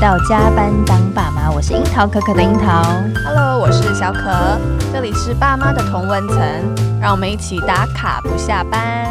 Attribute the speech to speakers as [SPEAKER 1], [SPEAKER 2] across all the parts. [SPEAKER 1] 到加班当爸妈，我是樱桃可可的樱桃。
[SPEAKER 2] Hello，我是小可，这里是爸妈的同文层，让我们一起打卡不下班。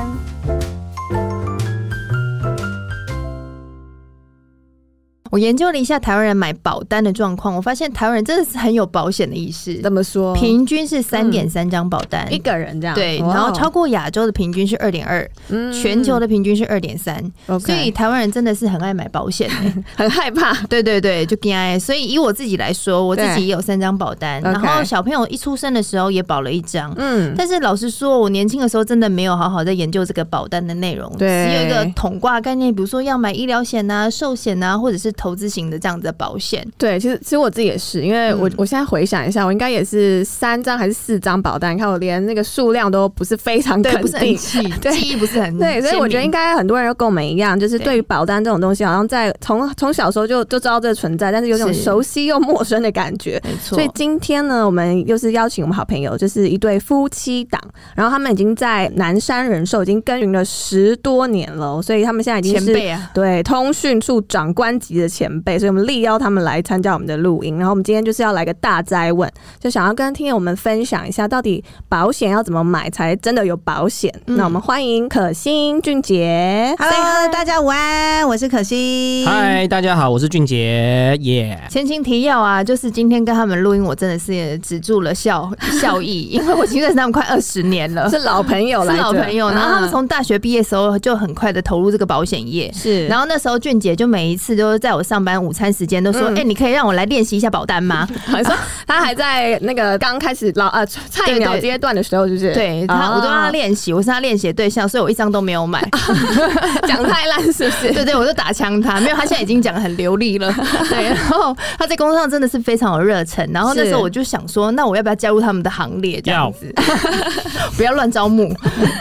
[SPEAKER 3] 我研究了一下台湾人买保单的状况，我发现台湾人真的是很有保险的意识，
[SPEAKER 4] 怎么说？
[SPEAKER 3] 平均
[SPEAKER 1] 嗯
[SPEAKER 3] 是三点三张保单。
[SPEAKER 4] 一个人这样
[SPEAKER 3] 对，
[SPEAKER 1] 哦
[SPEAKER 3] 然后超过亚洲的平均是二点二，
[SPEAKER 2] 嗯
[SPEAKER 1] 嗯
[SPEAKER 3] 全球的平均是二点三，
[SPEAKER 4] o
[SPEAKER 3] 所以台湾人真的是很爱买 保险、欸
[SPEAKER 4] 很害怕。
[SPEAKER 3] 对对对，就跟爱。所以以我自己来说，我自
[SPEAKER 4] 对
[SPEAKER 3] 己也有三张保单，
[SPEAKER 4] OK
[SPEAKER 3] 然后小朋友一出生的时候也保了一张。
[SPEAKER 4] 嗯，
[SPEAKER 3] 但是老实说，我年轻的时候真的没有好好在研究这个保单的内容，
[SPEAKER 4] 对
[SPEAKER 3] 只有一个统挂概念，比如说要买医疗险呐、寿险呐，或者是投资型的这样子的保险。
[SPEAKER 4] 对，其实其实我自己也是，
[SPEAKER 2] 嗯
[SPEAKER 4] 因为我、我现在回想一下，我应该也是三张还是四张保单，你看我连那个数量都不是非常
[SPEAKER 3] 嗯 对，
[SPEAKER 4] 肯
[SPEAKER 3] 不是很
[SPEAKER 4] 定。
[SPEAKER 3] 记，
[SPEAKER 4] 对
[SPEAKER 3] 记忆不是很
[SPEAKER 4] 对，所以我觉得应
[SPEAKER 3] 该
[SPEAKER 4] 该很多人都跟我们一样，就是对于保单这种东西，好像在从从小时候就就知道这个存在，但是有种
[SPEAKER 3] 是
[SPEAKER 4] 熟悉又陌生的感觉。
[SPEAKER 3] 没错。
[SPEAKER 4] 所以今天呢，我们又是邀请我们好朋友，就是一对夫妻档，然后他们已经在南山人寿已经耕耘了十多年了哦，所以他们现在已经
[SPEAKER 3] 前
[SPEAKER 4] 是
[SPEAKER 3] 辈啊，
[SPEAKER 4] 对，通讯处长官级的前辈，所以我们力邀他们来参加我们的录音。然后我们今天就是要来个大灾问，就想要跟听友们分享一下，到底保险要怎么买才真的有保险？
[SPEAKER 3] 嗯
[SPEAKER 4] 那我们欢迎可心、俊杰。
[SPEAKER 5] Hello，大家午安，我是可心。
[SPEAKER 6] 嗨，大家好，我是俊杰，耶、
[SPEAKER 3] 前情提要啊，就是今天跟他们录音，我真的是止住了 笑笑意，因为我已经认识他们快二十年了，
[SPEAKER 4] 是老朋友 来
[SPEAKER 3] 是
[SPEAKER 4] 着，
[SPEAKER 3] 老朋友。然嗯后他们从大学毕业的时候就很快的投入这个保险业。
[SPEAKER 4] 是，
[SPEAKER 3] 然后那时候俊姐就每一次都是在我上班午餐时间都说：“哎、
[SPEAKER 4] 嗯
[SPEAKER 3] 你可以让我来练习一下保单吗
[SPEAKER 4] 还说 他还在那个刚开始老呃菜鸟
[SPEAKER 3] 对对
[SPEAKER 4] 阶段的时候，就是？”
[SPEAKER 3] 对他，
[SPEAKER 4] 哦
[SPEAKER 3] 我都让他练习，我是他练习的对象，所以我一张都没有买。
[SPEAKER 4] 讲太烂是不 是？
[SPEAKER 3] 对对，我就打枪他，没有，他现在已经讲得很流利 了。对，然后他在工作上真的是非常有热忱。然后那时候
[SPEAKER 4] 是
[SPEAKER 3] 我就想说，那我要不要加入他们的行列？这样
[SPEAKER 6] 要
[SPEAKER 3] 子， 不要乱招募。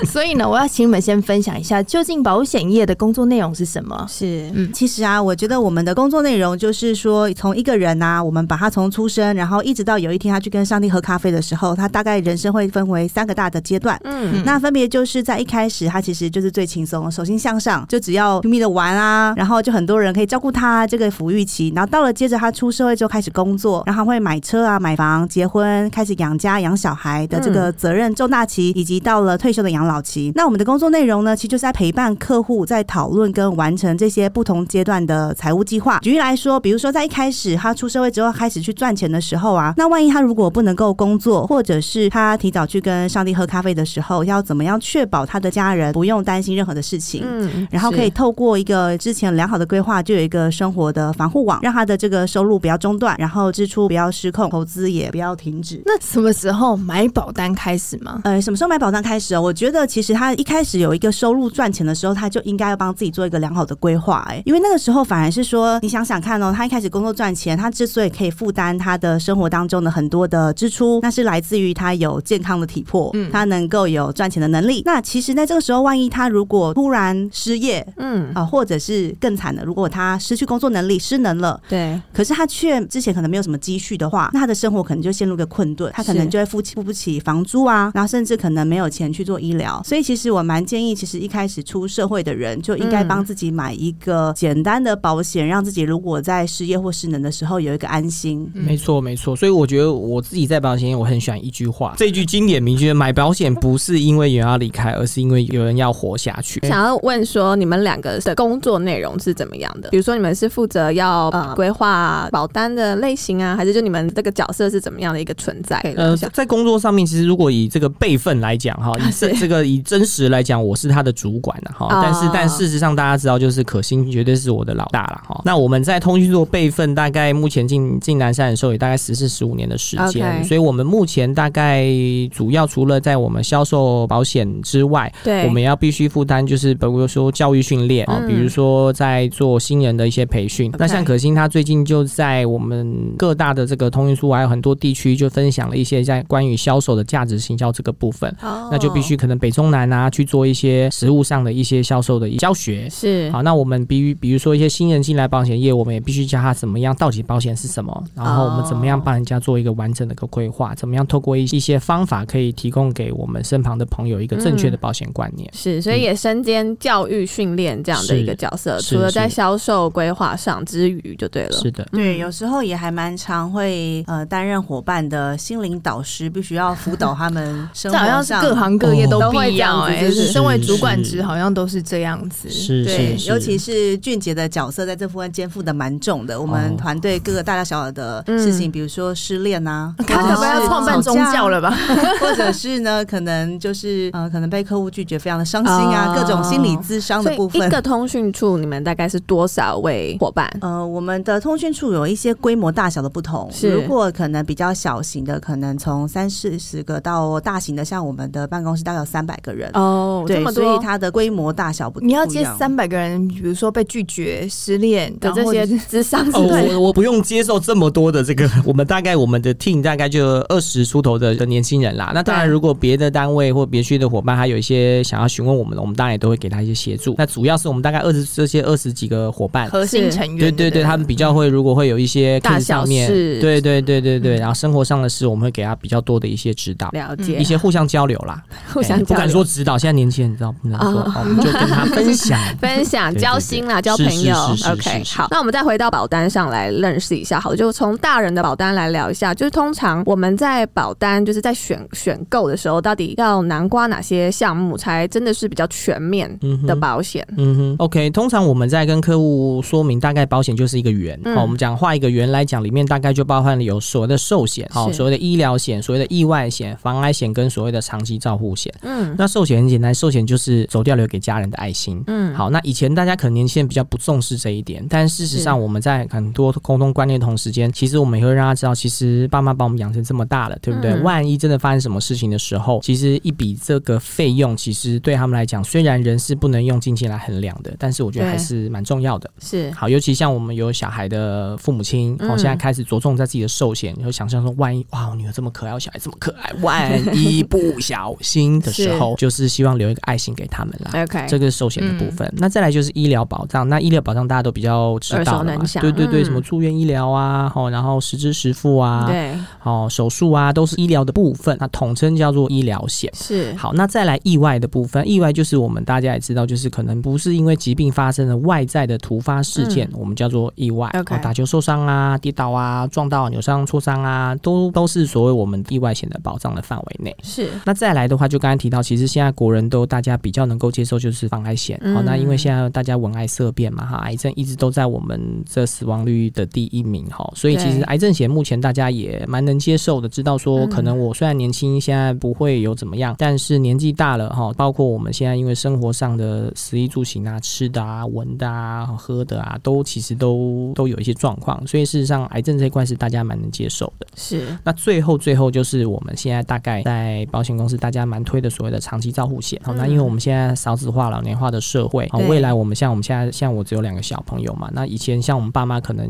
[SPEAKER 3] 所以呢，我要请你们先分享一下，究竟保险业的工作内容是什么？
[SPEAKER 5] 是，
[SPEAKER 3] 嗯
[SPEAKER 5] 嗯，其实啊，我觉得我们的工作内容就是说，从一个人呐、我们把他从出生，然后一直到有一天他去跟上帝喝咖啡的时候，他大概人生会分为三个大的阶段。
[SPEAKER 4] 嗯，
[SPEAKER 5] 那分别就是在一开始，他其实就是最轻松，手心向上，就只要拼命的玩啊，然后就很多人可以照顾他这个抚育期。然后到了接着他出社会之后开始工作，然后会买车啊、买房、结婚，开始养家、养小孩的这个呃责任重大期，以及到了退休的养老期。那我们的工作内容呢，其实就是在陪伴客户在讨论跟完成这些不同阶段的财务计划。举例来说，比如说在一开始他出社会之后开始去赚钱的时候啊，那万一他如果不能够工作，或者是他提早去跟上帝喝咖啡的时候，要怎么样确保他的家人不用担心任何的事情？
[SPEAKER 4] 嗯，
[SPEAKER 5] 然后可以
[SPEAKER 4] 是
[SPEAKER 5] 透过一个之前良好的规划，就有一个生活的防护网，让他的这个收入不要中断，然后支出不要失控，投资也不要停止。
[SPEAKER 3] 那什么时候买保单开始吗？
[SPEAKER 5] 呃，什么时候买保单开始哦？我觉得其实他一开始有一个收入赚钱的时候，他就应该要帮自己做一个良好的规划，哎，因为那个时候反而是说，你想想看哦，他一开始工作赚钱，他之所以可以负担他的生活当中的很多的支出，那是来自于他有健康的体魄，
[SPEAKER 3] 嗯
[SPEAKER 5] 他能够有赚钱的能力。那其实在这个时候，万一他如果突然失业
[SPEAKER 4] 嗯，
[SPEAKER 5] 啊、或者是更惨的，如果他失去工作能力、失能了，
[SPEAKER 4] 对，
[SPEAKER 5] 可是他却之前可能没有什么积蓄的话，那他的生活可能就陷入一个困顿，他可能就会付付不起房租啊，然后甚至可能没有钱去做医疗。所以其实我蛮建议，其实一开始出社会的人就应该帮自己买一个简单的保险，让自己如果在失业或失能的时候有一个安心。
[SPEAKER 6] 没错没错，所以我觉得我自己在保险业，我很喜欢一句话，这句经典名句：买保险不是因为有人要离开，而是因为有人要活下去。
[SPEAKER 4] 想要问说，你们两个的工作内容是怎么样的？比如说，你们是负责要呃规划保单的类型啊，还是就你们这个角色是怎么样的一个存在？可以聊
[SPEAKER 6] 呃，
[SPEAKER 4] 一下
[SPEAKER 6] 在工作上面，其实如果以这个辈分来讲 哈，以这
[SPEAKER 4] 是
[SPEAKER 6] 这个以真实来讲，我是他的主管啊了哈。
[SPEAKER 4] 哦
[SPEAKER 6] 但是但事实上，大家知道，就是可心绝对是我的老大了哈。那我们在通讯做辈分，大概目前进进南山的时候，也大概十四十五年的时间
[SPEAKER 4] OK
[SPEAKER 6] 所以我们目前大概主要除了在我们销售保险之外，
[SPEAKER 4] 对，
[SPEAKER 6] 我们要必须负担，就是比如说教育训练啊，
[SPEAKER 4] 嗯
[SPEAKER 6] 比如说在做新人的一些培训。那像可心，他最近就在我们各大的这个通讯处，还有很多地区，就分享了一些在关于销售的价值行销这个部分。
[SPEAKER 4] 哦
[SPEAKER 6] 那就必须可能北中南啊去做一些实物上的一些销售的教学。
[SPEAKER 4] 是
[SPEAKER 6] 好，那我们比比如说一些新人进来保保险业，我们也必须教他怎么样到底保险是什么，然后我们怎么样帮人家做一个完整的一个规划，怎么样透过一一些方法可以提供给我们身旁的朋友一个正确的保险观念。
[SPEAKER 4] 是，所以也身兼教育训练这样的一个角色，
[SPEAKER 6] 嗯是
[SPEAKER 4] 除了
[SPEAKER 6] 是
[SPEAKER 4] 在销售规划上之余，就对了。
[SPEAKER 6] 是的，
[SPEAKER 4] 嗯
[SPEAKER 5] 对，有时候也还蛮常会呃担任伙伴的心灵导师，必须要辅导他们生
[SPEAKER 3] 这好
[SPEAKER 5] 活
[SPEAKER 3] 像是
[SPEAKER 5] 上。
[SPEAKER 3] 各行各业都必要
[SPEAKER 4] 哦都会这样子
[SPEAKER 3] 哎、
[SPEAKER 4] 就是
[SPEAKER 3] 身为主管
[SPEAKER 6] 是
[SPEAKER 3] 职好像都是这样子。
[SPEAKER 6] 是
[SPEAKER 5] 对
[SPEAKER 6] 是，是，
[SPEAKER 5] 尤其是俊杰的角色在这部分肩负的蛮重的。我
[SPEAKER 6] 哦
[SPEAKER 5] 们团队各个大大小小的事情，比如说失恋啊，
[SPEAKER 6] 嗯
[SPEAKER 3] 他可不要创办宗教了吧？
[SPEAKER 5] 或者是呢，可能就是呃，可能被客户拒绝，非常的伤心啊，
[SPEAKER 4] 哦
[SPEAKER 5] 各种心理咨商
[SPEAKER 4] 所
[SPEAKER 5] 的部
[SPEAKER 4] 以一
[SPEAKER 5] 分。
[SPEAKER 4] 个通讯处，你们大概是多少位伙伴？
[SPEAKER 5] 呃，我们的通讯处有一些规模大小的不同。
[SPEAKER 4] 是
[SPEAKER 5] 如果可能比较小型的，可能从三四十个到大型的，像我们的办公室大概有三百个人。
[SPEAKER 4] 哦，这
[SPEAKER 5] 对
[SPEAKER 4] 么，
[SPEAKER 5] 所
[SPEAKER 4] 多
[SPEAKER 5] 以，它的规模大小不
[SPEAKER 3] 你要
[SPEAKER 5] 不一
[SPEAKER 3] 接
[SPEAKER 5] 样
[SPEAKER 3] 三百个人，比如说被拒绝、失恋
[SPEAKER 4] 的这些智商是
[SPEAKER 6] 哦，
[SPEAKER 4] 对。
[SPEAKER 6] 我我不用接受这么多的这个， 我们大概我们的 team 大概就二十出头的的年轻人啦。那当然，
[SPEAKER 4] 对
[SPEAKER 6] 如果别的单位或别区的伙伴还有一些想要询问我们的，我们当然也都会给他一些协助。那主要是我们大概二十这些二十几个伙伴。
[SPEAKER 3] 核心成员，
[SPEAKER 6] 对对对，他们比较会，如果会有一些
[SPEAKER 4] 嗯大
[SPEAKER 6] case
[SPEAKER 4] 小
[SPEAKER 6] 上面，
[SPEAKER 4] 事嗯
[SPEAKER 6] 对对对对对，然后生活上的事，我们会给他比较多的一些指导，
[SPEAKER 4] 了
[SPEAKER 6] 一
[SPEAKER 4] 解，
[SPEAKER 6] 些互相交流啦，
[SPEAKER 4] 互相
[SPEAKER 6] 哎不
[SPEAKER 4] 交
[SPEAKER 6] 敢
[SPEAKER 4] 流
[SPEAKER 6] 说指导，现在年轻人你知道不能说，
[SPEAKER 4] 啊
[SPEAKER 6] 哦我们就跟他 分享，
[SPEAKER 4] 分享、
[SPEAKER 6] 对对
[SPEAKER 4] 交心啦，
[SPEAKER 6] 对
[SPEAKER 4] 交朋友
[SPEAKER 6] 是是是。是
[SPEAKER 4] OK，
[SPEAKER 6] 是
[SPEAKER 4] 好，那我们再回到保单上来认识一下，好了，就从大人的保单来聊一下。就是通常我们在保单，就是在选选购的时候，到底要南瓜哪些项目，才真的是比较全面
[SPEAKER 6] 嗯哼
[SPEAKER 4] 的保险？
[SPEAKER 6] 嗯哼，OK，通常我们在跟客户说明，大概保险就是一个圆。好、
[SPEAKER 4] 嗯
[SPEAKER 6] 我们讲画一个圆来讲，里面大概就包含了有所谓的寿险，好、
[SPEAKER 4] 是
[SPEAKER 6] 所谓的医疗险、所谓的意外险、防癌险跟所谓的长期照护险。
[SPEAKER 4] 嗯
[SPEAKER 6] 那寿险很简单，寿险就是走掉留给家人的爱心。
[SPEAKER 4] 嗯，
[SPEAKER 6] 好，那以前大家可能年轻人比较不重视这一点，但事实上我们在很多沟通观念的同时间，其实我们也会让他知道，其实爸妈把我们养成这么大了，对不对？
[SPEAKER 4] 嗯
[SPEAKER 6] 万一真的发生什么事情的时候，其实一笔这个费用，其实对他们来讲，虽然人是不能用金钱来衡量的，但是我觉得
[SPEAKER 4] 对
[SPEAKER 6] 还是蛮重要的。
[SPEAKER 4] 是
[SPEAKER 6] 好，尤其像我们有小孩的父母亲，我、哦、
[SPEAKER 4] 嗯
[SPEAKER 6] 现在开始着重在自己的寿险，然后想象说，万一哇，我女儿这么可爱，我小孩这么可爱，万一不小心的时 候，就是希望留一个爱心给他们啦。
[SPEAKER 4] OK，
[SPEAKER 6] 这个是寿险的部分。
[SPEAKER 4] 嗯
[SPEAKER 6] 那再来就是医疗保障，那医疗保障大家都比较知道
[SPEAKER 4] 耳熟
[SPEAKER 6] 了嘛
[SPEAKER 4] 能，详
[SPEAKER 6] 对对对，
[SPEAKER 4] 嗯
[SPEAKER 6] 什么住院医疗啊，好，然后实支实付啊，
[SPEAKER 4] 对
[SPEAKER 6] 好手术啊，都是医疗的部分，那统称叫做医疗险。
[SPEAKER 4] 是
[SPEAKER 6] 好，那再来意外的部分，意外就是我们大家也知道，就是可能不是因为疾病发生的外在的突发事件，我们叫做意外。
[SPEAKER 4] 嗯 OK
[SPEAKER 6] 哦打球受伤啊，跌倒啊，撞到扭伤、挫伤啊，都都是所谓我们意外险的保障的范围内。
[SPEAKER 4] 是
[SPEAKER 6] 那再来的话，就刚才提到，其实现在国人都大家比较能够接受就是防癌险。好、哦
[SPEAKER 4] 嗯
[SPEAKER 6] 那因为现在大家闻癌色变嘛，哈，癌症一直都在我们这死亡率的第一名，哈，所以
[SPEAKER 4] 对
[SPEAKER 6] 其实癌症险目前大家也蛮能接受的，知道说
[SPEAKER 4] 嗯
[SPEAKER 6] 可能我虽然年轻，现在不会有怎么样，但是年纪大了哈，包括我们现在因为生活上的食衣住行啊、吃的啊、闻的啊、喝的啊，都其实都都有一些状况，所以事实上癌症这一块是大家蛮能接受的。
[SPEAKER 4] 是
[SPEAKER 6] 那最后最后就是我们现在大概在保险公司大家蛮推的所谓的长期照护险。好、那因为我们现在少子化、老年化的社会，好、
[SPEAKER 4] 嗯对
[SPEAKER 6] 未来我们像我们现在像我只有两个小朋友嘛，那以前像我们爸妈可能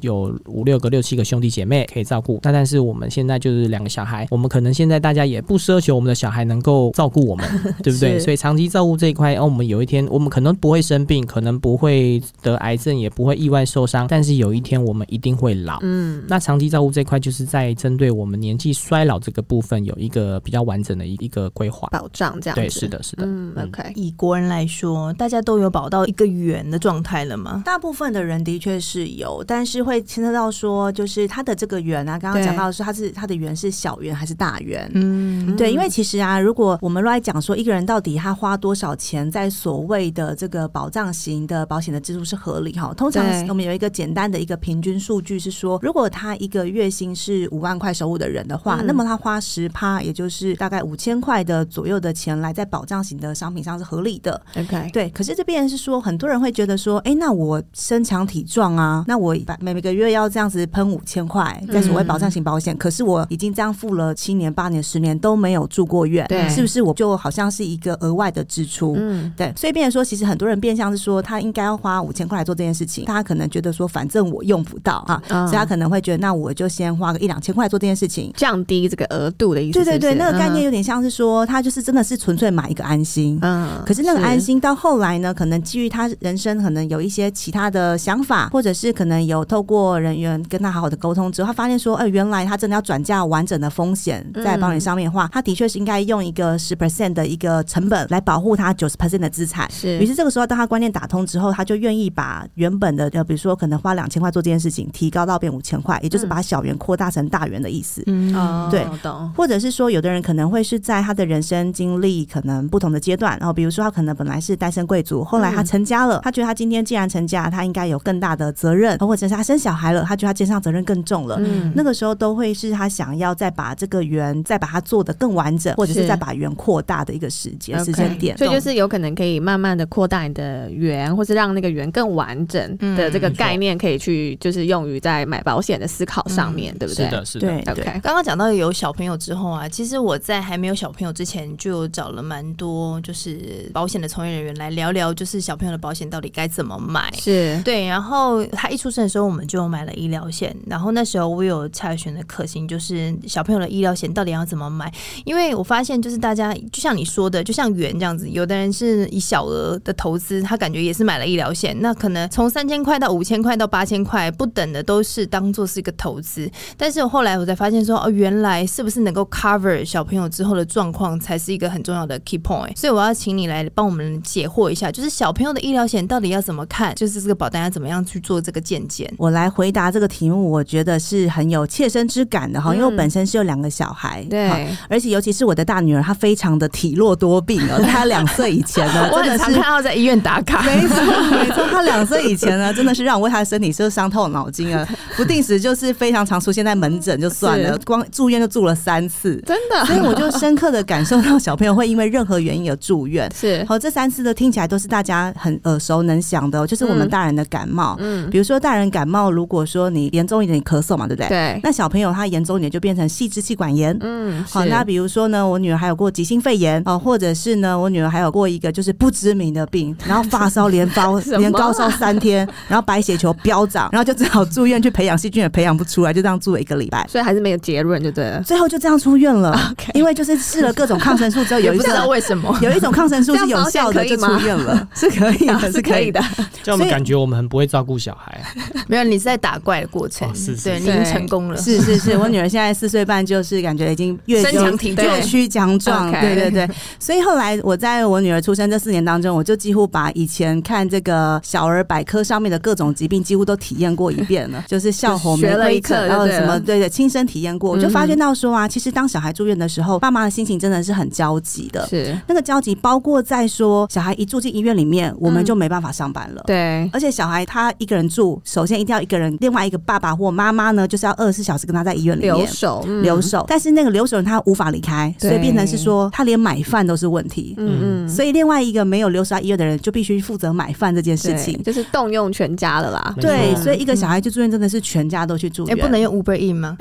[SPEAKER 6] 有五六个、六七个兄弟姐妹可以照顾，那但是我们现在就是两个小孩，我们可能现在大家也不奢求我们的小孩能够照顾我 们，对不对？
[SPEAKER 4] 是
[SPEAKER 6] 所以长期照顾这一块，哦，我们有一天我们可能不会生病，可能不会得癌症，也不会意外受伤，但是有一天我们一定会老。
[SPEAKER 4] 嗯
[SPEAKER 6] 那长期照顾这一块，就是在针对我们年纪衰老这个部分，有一个比较完整的一一个规划。
[SPEAKER 4] 保障这样子
[SPEAKER 6] 对，是的，是的。
[SPEAKER 4] 嗯 OK
[SPEAKER 3] 以国人来说，大家都有保到一个圆的状态了吗？
[SPEAKER 5] 大部分的人的确是有，但是会牵涉到说，就是它的这个圆啊，刚刚
[SPEAKER 4] 对
[SPEAKER 5] 讲到说它是它的圆是小圆还是大圆？
[SPEAKER 3] 嗯，
[SPEAKER 5] 对，因为其实啊，如果我们乱讲说一个人到底他花多少钱在所谓的这个保障型的保险的支出是合理哈，通常
[SPEAKER 4] 对
[SPEAKER 5] 我们有一个简单的一个平均数据是说，如果他一个月薪是五万块收入的人的话，
[SPEAKER 4] 嗯
[SPEAKER 5] 那么他花十趴，也就是大概五千块的左右的钱来在保障型的商品上是合理的。
[SPEAKER 4] OK，
[SPEAKER 5] 对，可是这边是说，很多人会觉得说，哎，那我身强体壮啊，那我把每每个月要这样子喷五千块，在所谓
[SPEAKER 4] 嗯
[SPEAKER 5] 保障型保险，可是我已经这样付了七年、八年、十年都没有住过院，
[SPEAKER 4] 对
[SPEAKER 5] 是不是我就好像是一个额外的支出？
[SPEAKER 4] 嗯
[SPEAKER 5] 对，所以变成说，其实很多人变相是说，他应该要花五千块来做这件事情，他可能觉得说，反正我用不到啊，
[SPEAKER 4] 嗯
[SPEAKER 5] 所以他可能会觉得，那我就先花个一两千块来做这件事情。
[SPEAKER 4] 降低这个额度的意思
[SPEAKER 5] 对
[SPEAKER 4] 是不
[SPEAKER 5] 对
[SPEAKER 4] 是，
[SPEAKER 5] 对，那个概
[SPEAKER 4] 嗯
[SPEAKER 5] 念有点像是说，他就是真的是纯粹买一个安心，
[SPEAKER 4] 嗯
[SPEAKER 5] 可是那个安心到后来呢，可能基于他人生可能有一些其他他的想法，或者是可能有透过人员跟他好好的沟通之后，他发现说，哎、原来他真的要转嫁完整的风险在保险上面的话，他的确是应该用一个十 percent 的一个成本来保护他九十 percent 的资产。
[SPEAKER 2] 是
[SPEAKER 5] 于是这个时候，当他观念打通之后，他就愿意把原本的呃，比如说可能花两千块做这件事情，提高到变五千块，也就是把小元扩大成大元的意思。
[SPEAKER 3] 嗯
[SPEAKER 2] 哦，
[SPEAKER 5] 对
[SPEAKER 2] 懂，
[SPEAKER 5] 或者是说，有的人可能会是在他的人生经历可能不同的阶段，然后比如说他可能本来是单身贵族，后来他成家
[SPEAKER 2] 嗯
[SPEAKER 5] 了，他觉得他今天既然成家，他应该有更大的责任，或者是他生小孩了，他觉得他肩上责任更重了。
[SPEAKER 3] 嗯
[SPEAKER 5] 那个时候都会是他想要再把这个圆再把它做得更完整，或者是
[SPEAKER 2] 是
[SPEAKER 5] 再把圆扩大的一个时间
[SPEAKER 2] OK
[SPEAKER 5] 时间点。
[SPEAKER 2] 所以就是有可能可以慢慢的扩大你的圆，或是让那个圆更完整的这个
[SPEAKER 6] 嗯没错
[SPEAKER 2] 概念，可以去就是用于在买保险的思考上面，
[SPEAKER 5] 嗯
[SPEAKER 2] 对不对？
[SPEAKER 6] 是的，是的，
[SPEAKER 5] 对对，
[SPEAKER 2] ，OK，
[SPEAKER 3] 刚刚讲到有小朋友之后啊，其实我在还没有小朋友之前，就有找了蛮多就是保险的从业人员来聊聊，就是小朋友的保险到底该怎么买。
[SPEAKER 2] 是
[SPEAKER 3] 对，然后他一出生的时候，我们就买了医疗险。然后那时候我有查询的可行，就是小朋友的医疗险到底要怎么买？因为我发现，就是大家就像你说的，就像元这样子，有的人是以小额的投资，他感觉也是买了医疗险，那可能从三千块到五千块到八千块不等的，都是当做是一个投资。但是我后来我才发现说，哦，原来是不是能够 cover 小朋友之后的状况，才是一个很重要的 key point。所以我要请你来帮我们解惑一下，就是小朋友的医疗险到底要怎么看，就是这个保单要怎么样去做这个见解。
[SPEAKER 5] 我来回答这个题目，我觉得是很有切身之感的哈，因为我
[SPEAKER 2] 嗯
[SPEAKER 5] 本身是有两个小孩，好
[SPEAKER 2] 对，
[SPEAKER 5] 而且尤其是我的大女儿，她非常的体弱多病哦，她两岁以前呢，
[SPEAKER 3] 我很
[SPEAKER 5] 真的
[SPEAKER 3] 常
[SPEAKER 5] 是
[SPEAKER 3] 看。到在医院打 卡，
[SPEAKER 5] 没错，没错，她两岁以前呢，真的是让我为她的身体是伤透脑筋了，不定时就是非常常出现在门诊就算了，光住院就住了三次，
[SPEAKER 2] 真的
[SPEAKER 5] 所以我就深刻的感受到小朋友会因为任何原因而住院。
[SPEAKER 2] 是
[SPEAKER 5] 好，这三次的听起来都是大家很耳熟能详的哦，就是我们
[SPEAKER 2] 嗯
[SPEAKER 5] 大人的感冒，
[SPEAKER 2] 嗯，
[SPEAKER 5] 比如说大人感冒，如果说你严重一点，你咳嗽嘛，对不对？
[SPEAKER 2] 对，
[SPEAKER 5] 那小朋友他严重一点就变成细支气管炎，
[SPEAKER 2] 嗯，是
[SPEAKER 5] 好，那比如说呢，我女儿还有过急性肺炎啊、或者是呢，我女儿还有过一个就是不知名 的病，然后发烧连发
[SPEAKER 2] 什么啊
[SPEAKER 5] 连高烧三天，然后白血球飙涨，然后就只好住院去培养细菌，也培养不出来，就这样住了一个礼拜，
[SPEAKER 2] 所以还是没有结论，就对了。
[SPEAKER 5] 最后就这样出院了。
[SPEAKER 2] OK
[SPEAKER 5] 因为就是试了各种抗生素之后，有一
[SPEAKER 3] 不知
[SPEAKER 5] 种
[SPEAKER 3] 道为什么。
[SPEAKER 5] 有一种抗生素是有效的，
[SPEAKER 2] 啊这样
[SPEAKER 5] 就出
[SPEAKER 2] 保险可以吗啊
[SPEAKER 5] 院了，是可以的，
[SPEAKER 2] 是可以的。，
[SPEAKER 6] 这样我
[SPEAKER 5] 所
[SPEAKER 6] 们
[SPEAKER 5] 以
[SPEAKER 6] 感觉我们很不会照顾小孩，啊
[SPEAKER 3] 没有，你是在打怪的过程，
[SPEAKER 6] 哦是是
[SPEAKER 3] 对，
[SPEAKER 6] 是
[SPEAKER 3] 你已经
[SPEAKER 2] 对
[SPEAKER 3] 成功了。
[SPEAKER 5] 是是是，我女儿现在四岁半，就是感觉已经越
[SPEAKER 3] 身强体
[SPEAKER 5] 越
[SPEAKER 3] 健
[SPEAKER 5] 趋强壮，
[SPEAKER 2] OK
[SPEAKER 5] 对对对。所以后来我在我女儿出生这四年当中，我就几乎把以前看这个小儿百科上面的各种疾病，几乎都体验过一遍 了，就是笑红
[SPEAKER 2] 学
[SPEAKER 5] 玫
[SPEAKER 2] 了一
[SPEAKER 5] 瑰
[SPEAKER 2] 课
[SPEAKER 5] 疹，
[SPEAKER 2] 就
[SPEAKER 5] 然后
[SPEAKER 2] 对
[SPEAKER 5] 什
[SPEAKER 2] 了
[SPEAKER 5] 么，对对，亲身体验过，我就发
[SPEAKER 2] 嗯
[SPEAKER 5] 觉
[SPEAKER 2] 哼
[SPEAKER 5] 到说啊，其实当小孩住院的时候，爸妈的心情真的是很焦急的。
[SPEAKER 2] 是，
[SPEAKER 5] 那个焦急包括在说，小孩一住进医院里面，我们
[SPEAKER 2] 嗯
[SPEAKER 5] 就没办法上班了。
[SPEAKER 2] 对，
[SPEAKER 5] 而且小孩他一个人住，首先一定要一个人，另外一个爸爸或妈妈呢，就是要二十四小时跟他在医院里面
[SPEAKER 2] 留守，嗯
[SPEAKER 5] 留，守。但是那个留守人他无法离开，
[SPEAKER 2] 对
[SPEAKER 5] 所以变成是说他连买饭都是问题。
[SPEAKER 2] 嗯嗯，
[SPEAKER 5] 所以另外一个没有留守在医院的人就必须负责买饭这件事
[SPEAKER 2] 对
[SPEAKER 5] 情。
[SPEAKER 2] 就是动用全家了 啦。
[SPEAKER 6] 没错
[SPEAKER 5] 对，
[SPEAKER 6] 嗯
[SPEAKER 5] 所以一个小孩就住院真的是全家都去住
[SPEAKER 3] 哎、
[SPEAKER 5] 院。
[SPEAKER 3] 不能用 Uber E 吗？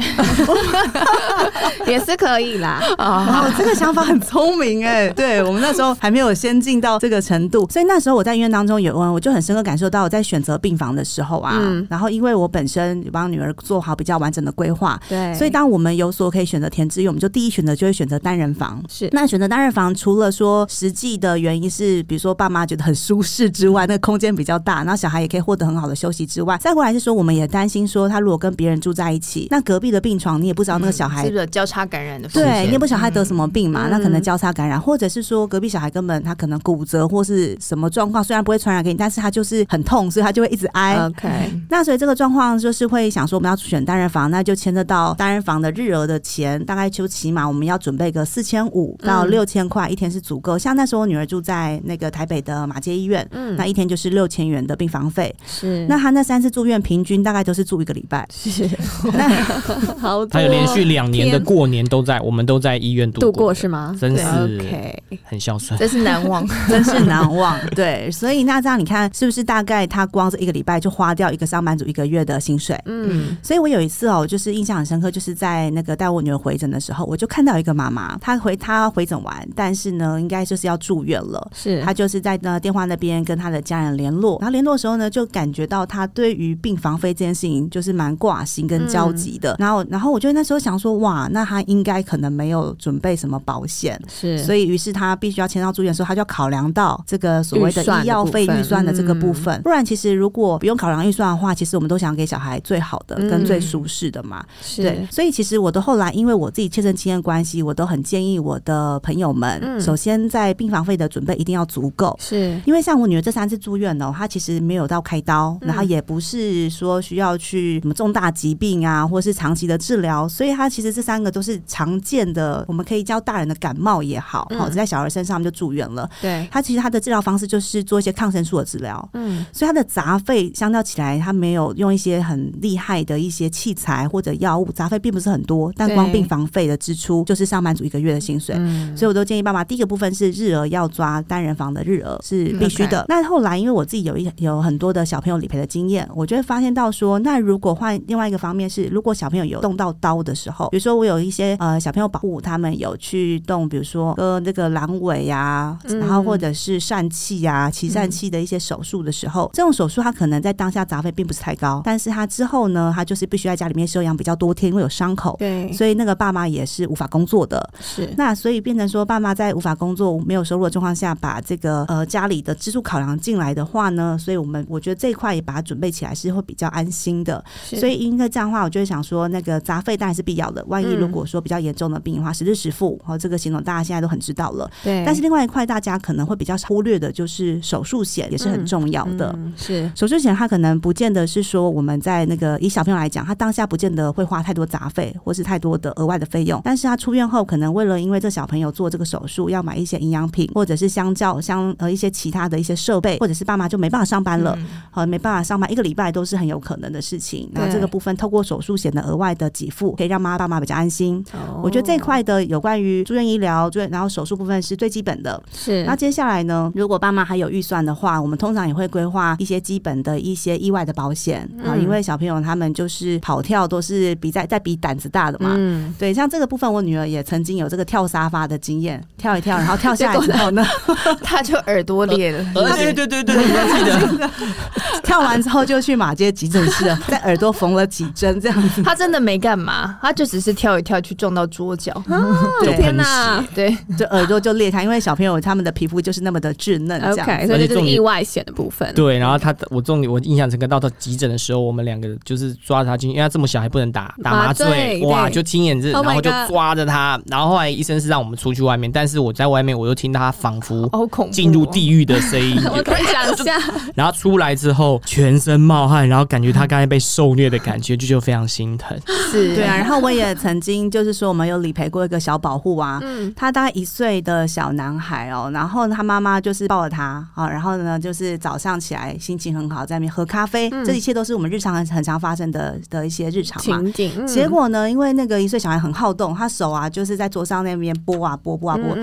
[SPEAKER 2] 也是可以啦。
[SPEAKER 3] 啊、
[SPEAKER 5] 哦，这个想法很聪明 哎、对我们那时候还没有先进到这个程度，所以那时候我在医院当中有，呃我就很深刻感受到我在选择病房的时候啊，
[SPEAKER 2] 嗯
[SPEAKER 5] 然后因为我本身帮女儿做好比较完整的规划，
[SPEAKER 2] 对，
[SPEAKER 5] 所以当我们有所可以选择填志愿，我们就第一选择就会选择单人房。
[SPEAKER 2] 是
[SPEAKER 5] 那选择单人房，除了说实际的原因是，比如说爸妈觉得很舒适之外，那个空间比较大，然后小孩也可以获得很好的休息之外，再过来是说，我们也担心说，他如果跟别人住在一起，那隔壁的病床你也不知道那个小
[SPEAKER 3] 嗯
[SPEAKER 5] 孩
[SPEAKER 3] 是不是有交叉感染的风险？
[SPEAKER 5] 对，你也不晓得他得什么病嘛，
[SPEAKER 2] 嗯
[SPEAKER 5] 那可能交叉感染，或者是说隔壁小孩根本他可能骨折或是什么状况，虽然不会传染给你，但是他就是很痛，所以他就会一直哀。
[SPEAKER 3] 嗯
[SPEAKER 2] OK，
[SPEAKER 5] 那所以这个状况就是会想说，我们要选单人房，那就牵涉到单人房的日额的钱，大概就起码我们要准备个四千五到
[SPEAKER 2] 嗯
[SPEAKER 5] 六千块一天是足够。像那时候我女儿住在那个台北的马街医院，
[SPEAKER 2] 嗯
[SPEAKER 5] 那一天就是六千元的病房费。
[SPEAKER 2] 是
[SPEAKER 5] 那她那三次住院平均大概都是住一个礼 拜，
[SPEAKER 2] 是
[SPEAKER 5] 那
[SPEAKER 2] 好多，
[SPEAKER 6] 他有连续
[SPEAKER 4] 哦
[SPEAKER 6] 两年的
[SPEAKER 2] 天
[SPEAKER 6] 过年都在，我们都在医院
[SPEAKER 2] 度
[SPEAKER 6] 度
[SPEAKER 2] 过
[SPEAKER 6] 过，
[SPEAKER 2] 是吗？
[SPEAKER 6] 真是
[SPEAKER 2] OK，
[SPEAKER 6] 很孝顺。
[SPEAKER 3] 这是难 忘。
[SPEAKER 5] 真是难忘。对，所以那这样你看是不是大概她光这一个礼拜就花掉一个上班族一个月的薪水？
[SPEAKER 2] 嗯，
[SPEAKER 5] 所以我有一次哦，就是印象很深刻，就是在那个带我女儿回诊的时候，我就看到一个妈妈，她回她回诊完，但是呢，应该就是要住院了。
[SPEAKER 2] 是
[SPEAKER 5] 她就是在那电话那边跟她的家人联络，然后联络的时候呢，就感觉到她对于病房费这件事情就是蛮挂心跟焦急的。然后，然后我就那时候想说，哇，那她应该可能没有准备什么保险，
[SPEAKER 2] 是，
[SPEAKER 5] 所以，于是他必须要签到住院的时候，他就要考量到这个所谓的
[SPEAKER 2] 预算的
[SPEAKER 5] 医药费
[SPEAKER 2] 部分嗯
[SPEAKER 5] 预算的这个部分。不然其实如果不用考量预算的话，其实我们都想给小孩最好的
[SPEAKER 4] 嗯
[SPEAKER 5] 跟最舒适的嘛。
[SPEAKER 2] 嗯
[SPEAKER 5] 对
[SPEAKER 4] 是，
[SPEAKER 5] 所以其实我都后来因为我自己切身经验关系，我都很建议我的朋友们，
[SPEAKER 4] 嗯
[SPEAKER 5] 首先在病房费的准备一定要足够。
[SPEAKER 4] 是
[SPEAKER 5] 因为像我女儿这三次住院哦，她其实没有到开刀，
[SPEAKER 4] 嗯
[SPEAKER 5] 然后也不是说需要去什么重大疾病啊，或是长期的治疗，所以她其实这三个都是常见的，我们可以叫大人的感冒也好，
[SPEAKER 4] 嗯
[SPEAKER 5] 好、在小儿身上就住院了。
[SPEAKER 4] 对，
[SPEAKER 5] 她其实她的治疗方式就是做一些抗生素的治疗，
[SPEAKER 4] 嗯
[SPEAKER 5] 所以它的杂费相较起来，它没有用一些很厉害的一些器材或者药物，杂费并不是很多，但光
[SPEAKER 4] 对
[SPEAKER 5] 病房费的支出就是上班族一个月的薪水。
[SPEAKER 6] 嗯，
[SPEAKER 5] 所以我都建议爸妈，第一个部分是日额要抓单人房的日额是
[SPEAKER 4] 嗯
[SPEAKER 5] 必须的。那后来因为我自己有一有很多的小朋友理赔的经验，我就会发现到说，那如果换另外一个方面是，如果小朋友有动到刀的时候，比如说我有一些呃小朋友保护他们有去动，比如说割那个阑尾呀、
[SPEAKER 4] 嗯
[SPEAKER 5] 然后或者是疝气呀、起疝气的一些手术的时候，这种手术它可能在当下杂费并不是太高，但是它之后呢，它就是必须在家里面休养比较多天，因为有伤口。
[SPEAKER 4] 对
[SPEAKER 5] 所以那个爸妈也是无法工作的，
[SPEAKER 4] 是
[SPEAKER 5] 那所以变成说，爸妈在无法工作、没有收入的状况下，把这个呃家里的支出考量进来的话呢，所以我们我觉得这一块也把它准备起来是会比较安心的。所以因为这样的话，我就会想说，那个杂费当然是必要的。万一如果说比较严重的病的话，实支实付，哦，这个行动大家现在都很知道了。
[SPEAKER 4] 对，
[SPEAKER 5] 但是另外一块大家可能会比较忽略的就是手术险也是很重要
[SPEAKER 4] 嗯
[SPEAKER 5] 的。
[SPEAKER 4] 是
[SPEAKER 5] 手术险它可能不见得是说我们在那个以小朋友来讲，他当下不见得会花太多杂费或是太多的额外的费用，但是他出院后可能为了因为这小朋友做这个手术，要买一些营养品或者是相较相呃一些其他的一些设备，或者是爸妈就没办法上班
[SPEAKER 3] 嗯
[SPEAKER 5] 了，呃没办法上班一个礼拜都是很有可能的事情。然后这个部分透过手术险的额外的给付，可以让妈爸妈比较安心。我觉得
[SPEAKER 4] 哦
[SPEAKER 5] 这一块的有关于住院医疗、住院然后手术部分是最基本的，
[SPEAKER 4] 哦是
[SPEAKER 5] 那接下来呢？如果爸妈还有预算的话，我们通常也会规划一些基本的一些意外的保险啊、因为小朋友他们就是跑跳都是比在在比胆子大的嘛。
[SPEAKER 4] 嗯，
[SPEAKER 5] 对，像这个部分，我女儿也曾经有这个跳沙发的经验，跳一跳，然后跳下来之 后呢，
[SPEAKER 2] 他就耳朵裂了。
[SPEAKER 6] 对对对对，我记得
[SPEAKER 5] 跳完之后就去马街急诊室了，在耳朵缝了几针这样 子。
[SPEAKER 3] 他真的没干嘛，他就只是跳一跳去撞到桌角，
[SPEAKER 5] 对，
[SPEAKER 6] 天哪，
[SPEAKER 3] 对，
[SPEAKER 5] 就耳朵就裂开，因为小朋友他们的皮肤就是那么的稚嫩，这样子。
[SPEAKER 4] OK，所
[SPEAKER 6] 而
[SPEAKER 4] 以这
[SPEAKER 6] 且
[SPEAKER 4] 就
[SPEAKER 6] 重
[SPEAKER 4] 是
[SPEAKER 6] 点
[SPEAKER 4] 意外险的部分。
[SPEAKER 6] 对，然后他我重点我印象深刻，到他急诊的时候，我们两个就是抓着他进去，因为他这么小还不能打打
[SPEAKER 4] 麻
[SPEAKER 6] 麻
[SPEAKER 4] 醉
[SPEAKER 6] 醉，哇，
[SPEAKER 4] 对
[SPEAKER 6] 就亲眼这，
[SPEAKER 4] Oh my
[SPEAKER 6] 然后就
[SPEAKER 4] God
[SPEAKER 6] 抓着他，然后后来医生是让我们出去外面，但是我在外面我又听到他仿佛
[SPEAKER 3] 好恐怖、哦
[SPEAKER 6] 进入，地狱的声音，
[SPEAKER 4] 我可以想象，
[SPEAKER 6] 然后出来之后全身冒汗，然后感觉他刚才被受虐的感觉，就就非常心疼。
[SPEAKER 3] 是
[SPEAKER 5] 对啊，然后我也曾经就是说，我们有理赔过一个小保护啊，他大概一岁的小男孩哦，然后他妈妈就是抱着他啊，然后呢就是早上起来心情很好，在那边喝咖啡，这一切都是我们日常很很常发生的的一些日常嘛。
[SPEAKER 4] 情嗯景
[SPEAKER 5] 结果呢？因为那个一岁小孩很好动，他手啊就是在桌上那边拨啊拨
[SPEAKER 4] 嗯
[SPEAKER 5] 拨啊拨，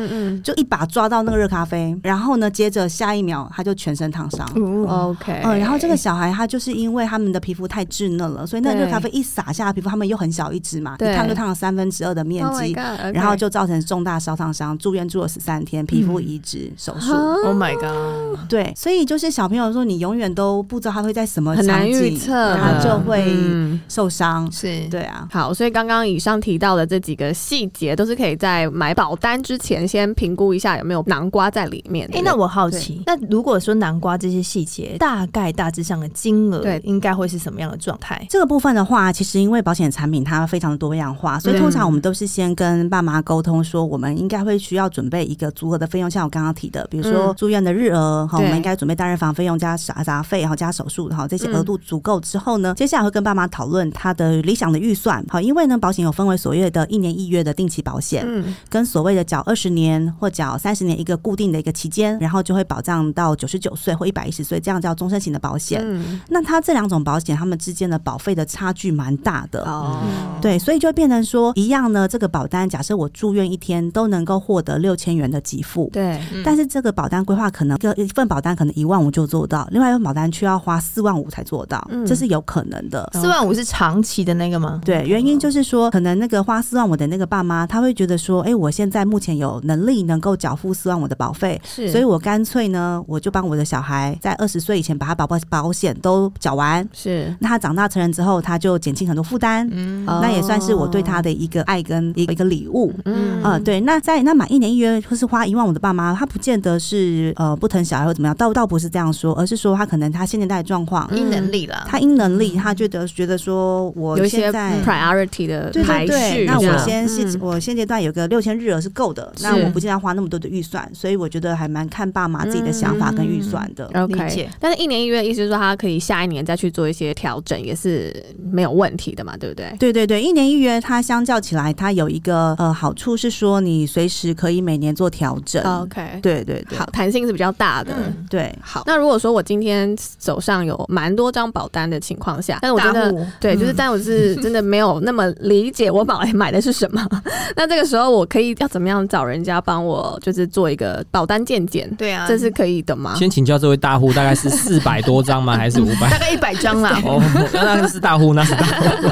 [SPEAKER 5] 就一把抓到那个热咖啡，然后呢，接着下一秒他就全身烫伤。
[SPEAKER 3] 哦
[SPEAKER 4] OK，
[SPEAKER 5] 嗯，然后这个小孩他就是因为他们的皮肤太稚嫩了，所以那
[SPEAKER 4] 对
[SPEAKER 5] 热咖啡一洒下来皮肤，他们又很小一只嘛，
[SPEAKER 4] 对
[SPEAKER 5] 一烫就烫了三分之二的面
[SPEAKER 4] Oh my
[SPEAKER 5] 积
[SPEAKER 4] God，OK
[SPEAKER 5] 然后就造成重大烧烫伤，住院住了十三天，皮
[SPEAKER 4] 嗯
[SPEAKER 5] 肤移植
[SPEAKER 4] 啊
[SPEAKER 5] 手术。
[SPEAKER 3] ，Oh my god，
[SPEAKER 5] 对，所以就是小朋友说，你永远都不知道他会在什么
[SPEAKER 4] 很
[SPEAKER 5] 场
[SPEAKER 4] 难
[SPEAKER 5] 景，
[SPEAKER 4] 预测
[SPEAKER 5] 他就会
[SPEAKER 4] 嗯
[SPEAKER 5] 受伤。
[SPEAKER 3] 是
[SPEAKER 5] 对啊，
[SPEAKER 4] 好，所以刚刚以上提到的这几个细节，都是可以在买保单之前先评估一下有没有南瓜在里面。
[SPEAKER 3] 哎、那我好奇，那如果说南瓜这些细节，大概大致上的金额
[SPEAKER 4] 对，
[SPEAKER 3] 应该会是什么样的状态？
[SPEAKER 5] 这个部分的话，其实因为保险产品它非常的多样化，所以通常我们都是先跟爸妈沟通说，我们应该会需要准备一个足额的费用，像我刚刚提的，比如说
[SPEAKER 4] 嗯
[SPEAKER 5] 住院的日额，哈、
[SPEAKER 4] 对
[SPEAKER 5] 我们应该准备单人房费用加杂杂费，哈，加手术，哈，这些额
[SPEAKER 4] 嗯
[SPEAKER 5] 度足够之后呢，接下来会跟爸妈讨论他的理想的预算，好，因为呢，保险有分为所谓的一年一月的定期保险，
[SPEAKER 4] 嗯，
[SPEAKER 5] 跟所谓的缴二十年或缴三十年一个固定的一个期间，然后就会保障到九十九岁或一百一十岁，这样叫终身型的保险。
[SPEAKER 4] 嗯
[SPEAKER 5] 那它这两种保险，它们之间的保费的差距蛮大的。
[SPEAKER 4] 哦，
[SPEAKER 5] 对，所以就会变成说，一样呢，这个保单假设我住院一天都能够获得六千元的给付，
[SPEAKER 4] 对，
[SPEAKER 5] 但是这个保单规划可能一个一份保单可能一万五就做到，另外一份保单却要花四万五才做到，
[SPEAKER 4] 嗯哦
[SPEAKER 5] 这是有可能的。
[SPEAKER 3] 四万五是长期的那个吗？
[SPEAKER 5] 对，原因就是说，可能那个花四万五的那个爸妈，他会觉得说，哎、我现在目前有能力能够缴付四万五的保费，
[SPEAKER 4] 是，
[SPEAKER 5] 所以我干脆呢，我就帮我的小孩在二十岁以前把他保保保险都缴完，
[SPEAKER 4] 是，
[SPEAKER 5] 那他长大成人之后，他就减轻很多负担，
[SPEAKER 3] 嗯，
[SPEAKER 5] 那也算是我对他的一个爱跟一个一个礼物。
[SPEAKER 4] 哦嗯
[SPEAKER 5] 啊、对，那在那满一年一约或是花一万五的爸妈，他不见得是呃不疼小孩来或怎么样，倒倒不是这样说，而是说他可能他现在的状况，
[SPEAKER 4] 嗯
[SPEAKER 3] 依能力啦，
[SPEAKER 5] 他因能力，他觉得觉得说
[SPEAKER 4] 有
[SPEAKER 5] 我
[SPEAKER 4] 一些
[SPEAKER 5] 现在。
[SPEAKER 4] priority 的
[SPEAKER 5] 对
[SPEAKER 4] 排
[SPEAKER 5] 对
[SPEAKER 4] 序
[SPEAKER 5] 对，
[SPEAKER 4] 这
[SPEAKER 5] 那
[SPEAKER 4] 样。
[SPEAKER 5] 我先现、
[SPEAKER 4] 嗯
[SPEAKER 5] 我现阶段有个六千日额是够的，那
[SPEAKER 4] 是
[SPEAKER 5] 我不尽量花那么多的预算，所以我觉得还蛮看爸妈自己的
[SPEAKER 4] 嗯
[SPEAKER 5] 想法跟预算的。
[SPEAKER 3] 理
[SPEAKER 4] OK，
[SPEAKER 3] 解
[SPEAKER 4] 但是一年一月，意思是说他可以下一年再去做一些调整，也是没有问题的嘛，对不对？
[SPEAKER 5] 对对对，一年一约，它相较起来，它有一个呃好处是说，你随时可以每年做调整。
[SPEAKER 4] OK，
[SPEAKER 5] 对对对，
[SPEAKER 4] 好，弹性是比较大的。
[SPEAKER 5] 对，
[SPEAKER 4] 嗯好，那如果说我今天手上有蛮多张保单的情况下，但是我真的对，就是但我 是真的没有那么理解我买买的是什么， 那这个时候我可以要怎么样找人家帮我，就是做一个保单鉴检，
[SPEAKER 3] 对啊，
[SPEAKER 4] 这是可以的吗？
[SPEAKER 6] 先请教这位大户，大 概是四百多张吗？还是五
[SPEAKER 3] 大
[SPEAKER 6] 百？。
[SPEAKER 3] 概一百张啦
[SPEAKER 6] 哦，那是大户，那是大户。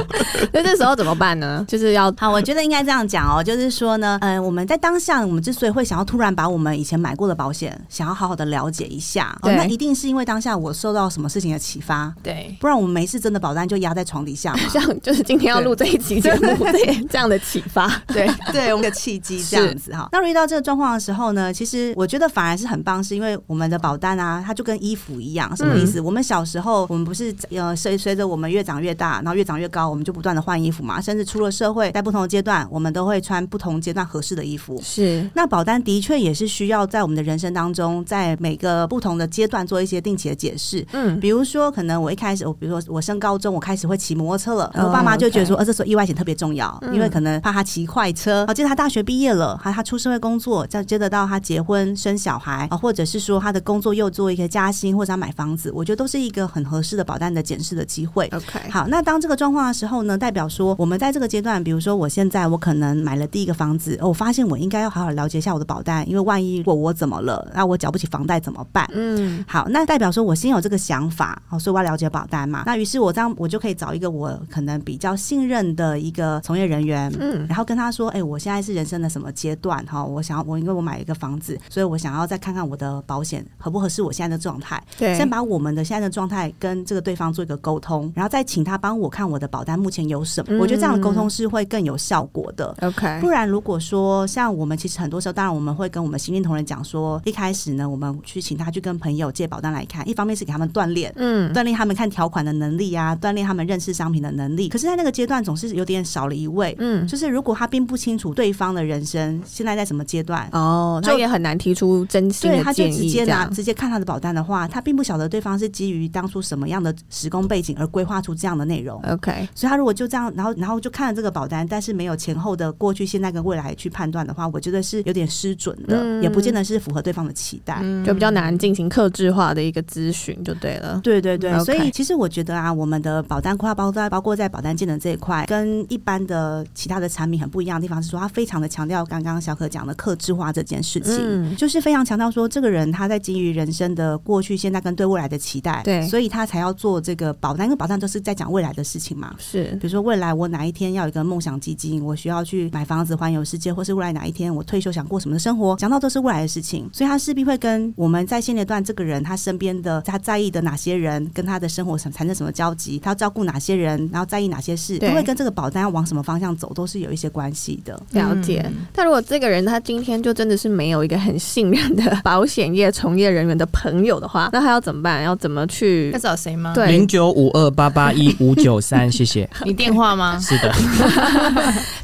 [SPEAKER 4] 那这时候怎么办 呢？就是要
[SPEAKER 5] 好，我觉得应该这样讲哦，就是说呢，嗯、我们在当下，我们之所以会想要突然把我们以前买过的保险，想要好好的了解一下，哦、
[SPEAKER 4] 对。
[SPEAKER 5] 那一定是因为当下我受到什么事情的启发，
[SPEAKER 3] 对，
[SPEAKER 5] 不然我们没事真的保单就压在床底下嘛
[SPEAKER 4] 像就是今天要录这一期节目， 对这样的启发，对
[SPEAKER 5] 对，我们的契机这样子哈。那遇到这个状况的时候呢，其实我觉得反而是很棒，是因为我们的保单啊，它就跟衣服一样，什么意思？我们小时候，我们不是呃随随着我们越长越大，然后越长越高，我们就不断的换衣服嘛，甚至出了社会，在不同的阶段，我们都会穿不同阶段合适的衣服。
[SPEAKER 4] 是
[SPEAKER 5] 那保单的确也是需要在我们的人生当中，在每个不同的阶段做一些定期的解释。
[SPEAKER 4] 嗯
[SPEAKER 5] 比如说，可能我一开始，我比如说我升高中，我开始会骑摩托车了，
[SPEAKER 4] 哦
[SPEAKER 5] 我爸妈就觉得说，呃，这时候意外险特别重要，
[SPEAKER 4] 嗯
[SPEAKER 5] 因为可能怕他骑快车。啊，接着他大学毕业了，他他出社会工作，再接着到他结婚生小孩啊，或者是说他的工作又做一个加薪，或者他买房子，我觉得都是一个很合适的保单的检视的机会。
[SPEAKER 4] ，OK，
[SPEAKER 5] 好，那当这个状况的时候呢，代表说我们在这个阶段，比如说我现在我可能买了第一个房子，哦我发现我应该要好好了解一下我的保单，因为万一我我怎么了，那我缴不起房贷怎么办？
[SPEAKER 4] 嗯，
[SPEAKER 5] 好，那代表说我先有这个想法，好，所以我要了解保单嘛。那于是我这样，我就可以找一个我可能比较信任的一个从业人员，
[SPEAKER 4] 嗯
[SPEAKER 5] 然后跟他说，哎、我现在是人生的什么阶段？哈，我想要我因为我买了一个房子，所以我想要再看看我的保险合不合适我现在的状态。
[SPEAKER 4] 对，
[SPEAKER 5] 先把我们的现在的状态跟这个对方做一个沟通，然后再请他帮我看我的保单目前有什么。
[SPEAKER 4] 嗯
[SPEAKER 5] 我觉得这样的沟通是会更有效果的。
[SPEAKER 4] OK，
[SPEAKER 5] 不然，如果说像我们其实很多时候，当然我们会跟我们行政同仁讲说，一开始呢，我们去请他去跟朋友借保单来看，一方面是给他们锻炼。
[SPEAKER 4] 嗯，
[SPEAKER 5] 锻炼他们看条款的能力啊，锻炼他们认识商品的能力。可是，在那个阶段，总是有点少了一位，
[SPEAKER 4] 嗯，
[SPEAKER 5] 就是如果他并不清楚对方的人生现在在什么阶段，
[SPEAKER 4] 哦，
[SPEAKER 5] 就
[SPEAKER 4] 他也很难提出真心
[SPEAKER 5] 对，
[SPEAKER 4] 的
[SPEAKER 5] 他就
[SPEAKER 4] 建
[SPEAKER 5] 直
[SPEAKER 4] 议，
[SPEAKER 5] 接
[SPEAKER 4] 这
[SPEAKER 5] 拿
[SPEAKER 4] 样
[SPEAKER 5] 直接看他的保单的话，他并不晓得对方是基于当初什么样的时空背景而规划出这样的内容。
[SPEAKER 4] OK，
[SPEAKER 5] 所以他如果就这样，然后然后就看了这个保单，但是没有前后的过去、现在跟未来去判断的话，我觉得是有点失准的，
[SPEAKER 4] 嗯
[SPEAKER 5] 也不见得是符合对方的期待。
[SPEAKER 4] 就比较难进行克制化的一个咨询，就对了。
[SPEAKER 5] 对对对
[SPEAKER 4] 嗯 OK
[SPEAKER 5] 所以其实我觉得啊，我们的保单规划包括包括在保单技能这一块，跟一般的其他的产品很不一样的地方是说，它非常的强调刚刚小可讲的克制化这件事情，
[SPEAKER 4] 嗯
[SPEAKER 5] 就是非常强调说，这个人他在基于人生的过去、现在跟对未来的期待，
[SPEAKER 4] 对
[SPEAKER 5] 所以他才要做这个保单，因为保单都是在讲未来的事情嘛。
[SPEAKER 4] 是
[SPEAKER 5] 比如说未来我哪一天要有一个梦想基金，我需要去买房子环游世界，或是未来哪一天我退休想过什么的生活，讲到都是未来的事情，所以他势必会跟我们在现阶段这个人他身边的他在意的哪些人，跟他的生活产产生什么交集，他要照顾哪些人，然后在意哪些事，
[SPEAKER 4] 对
[SPEAKER 5] 都会跟这个保单要往什么方向走，都是有一些关系的。
[SPEAKER 4] 了解。但如果这个人他今天就真的是没有一个很信任的保险业从业人员的朋友的话，那他要怎么办？要怎么去
[SPEAKER 3] 要？找谁吗？
[SPEAKER 4] 对
[SPEAKER 6] 零九五二八八一五九三，谢谢。
[SPEAKER 3] 你电话吗？
[SPEAKER 6] 是的，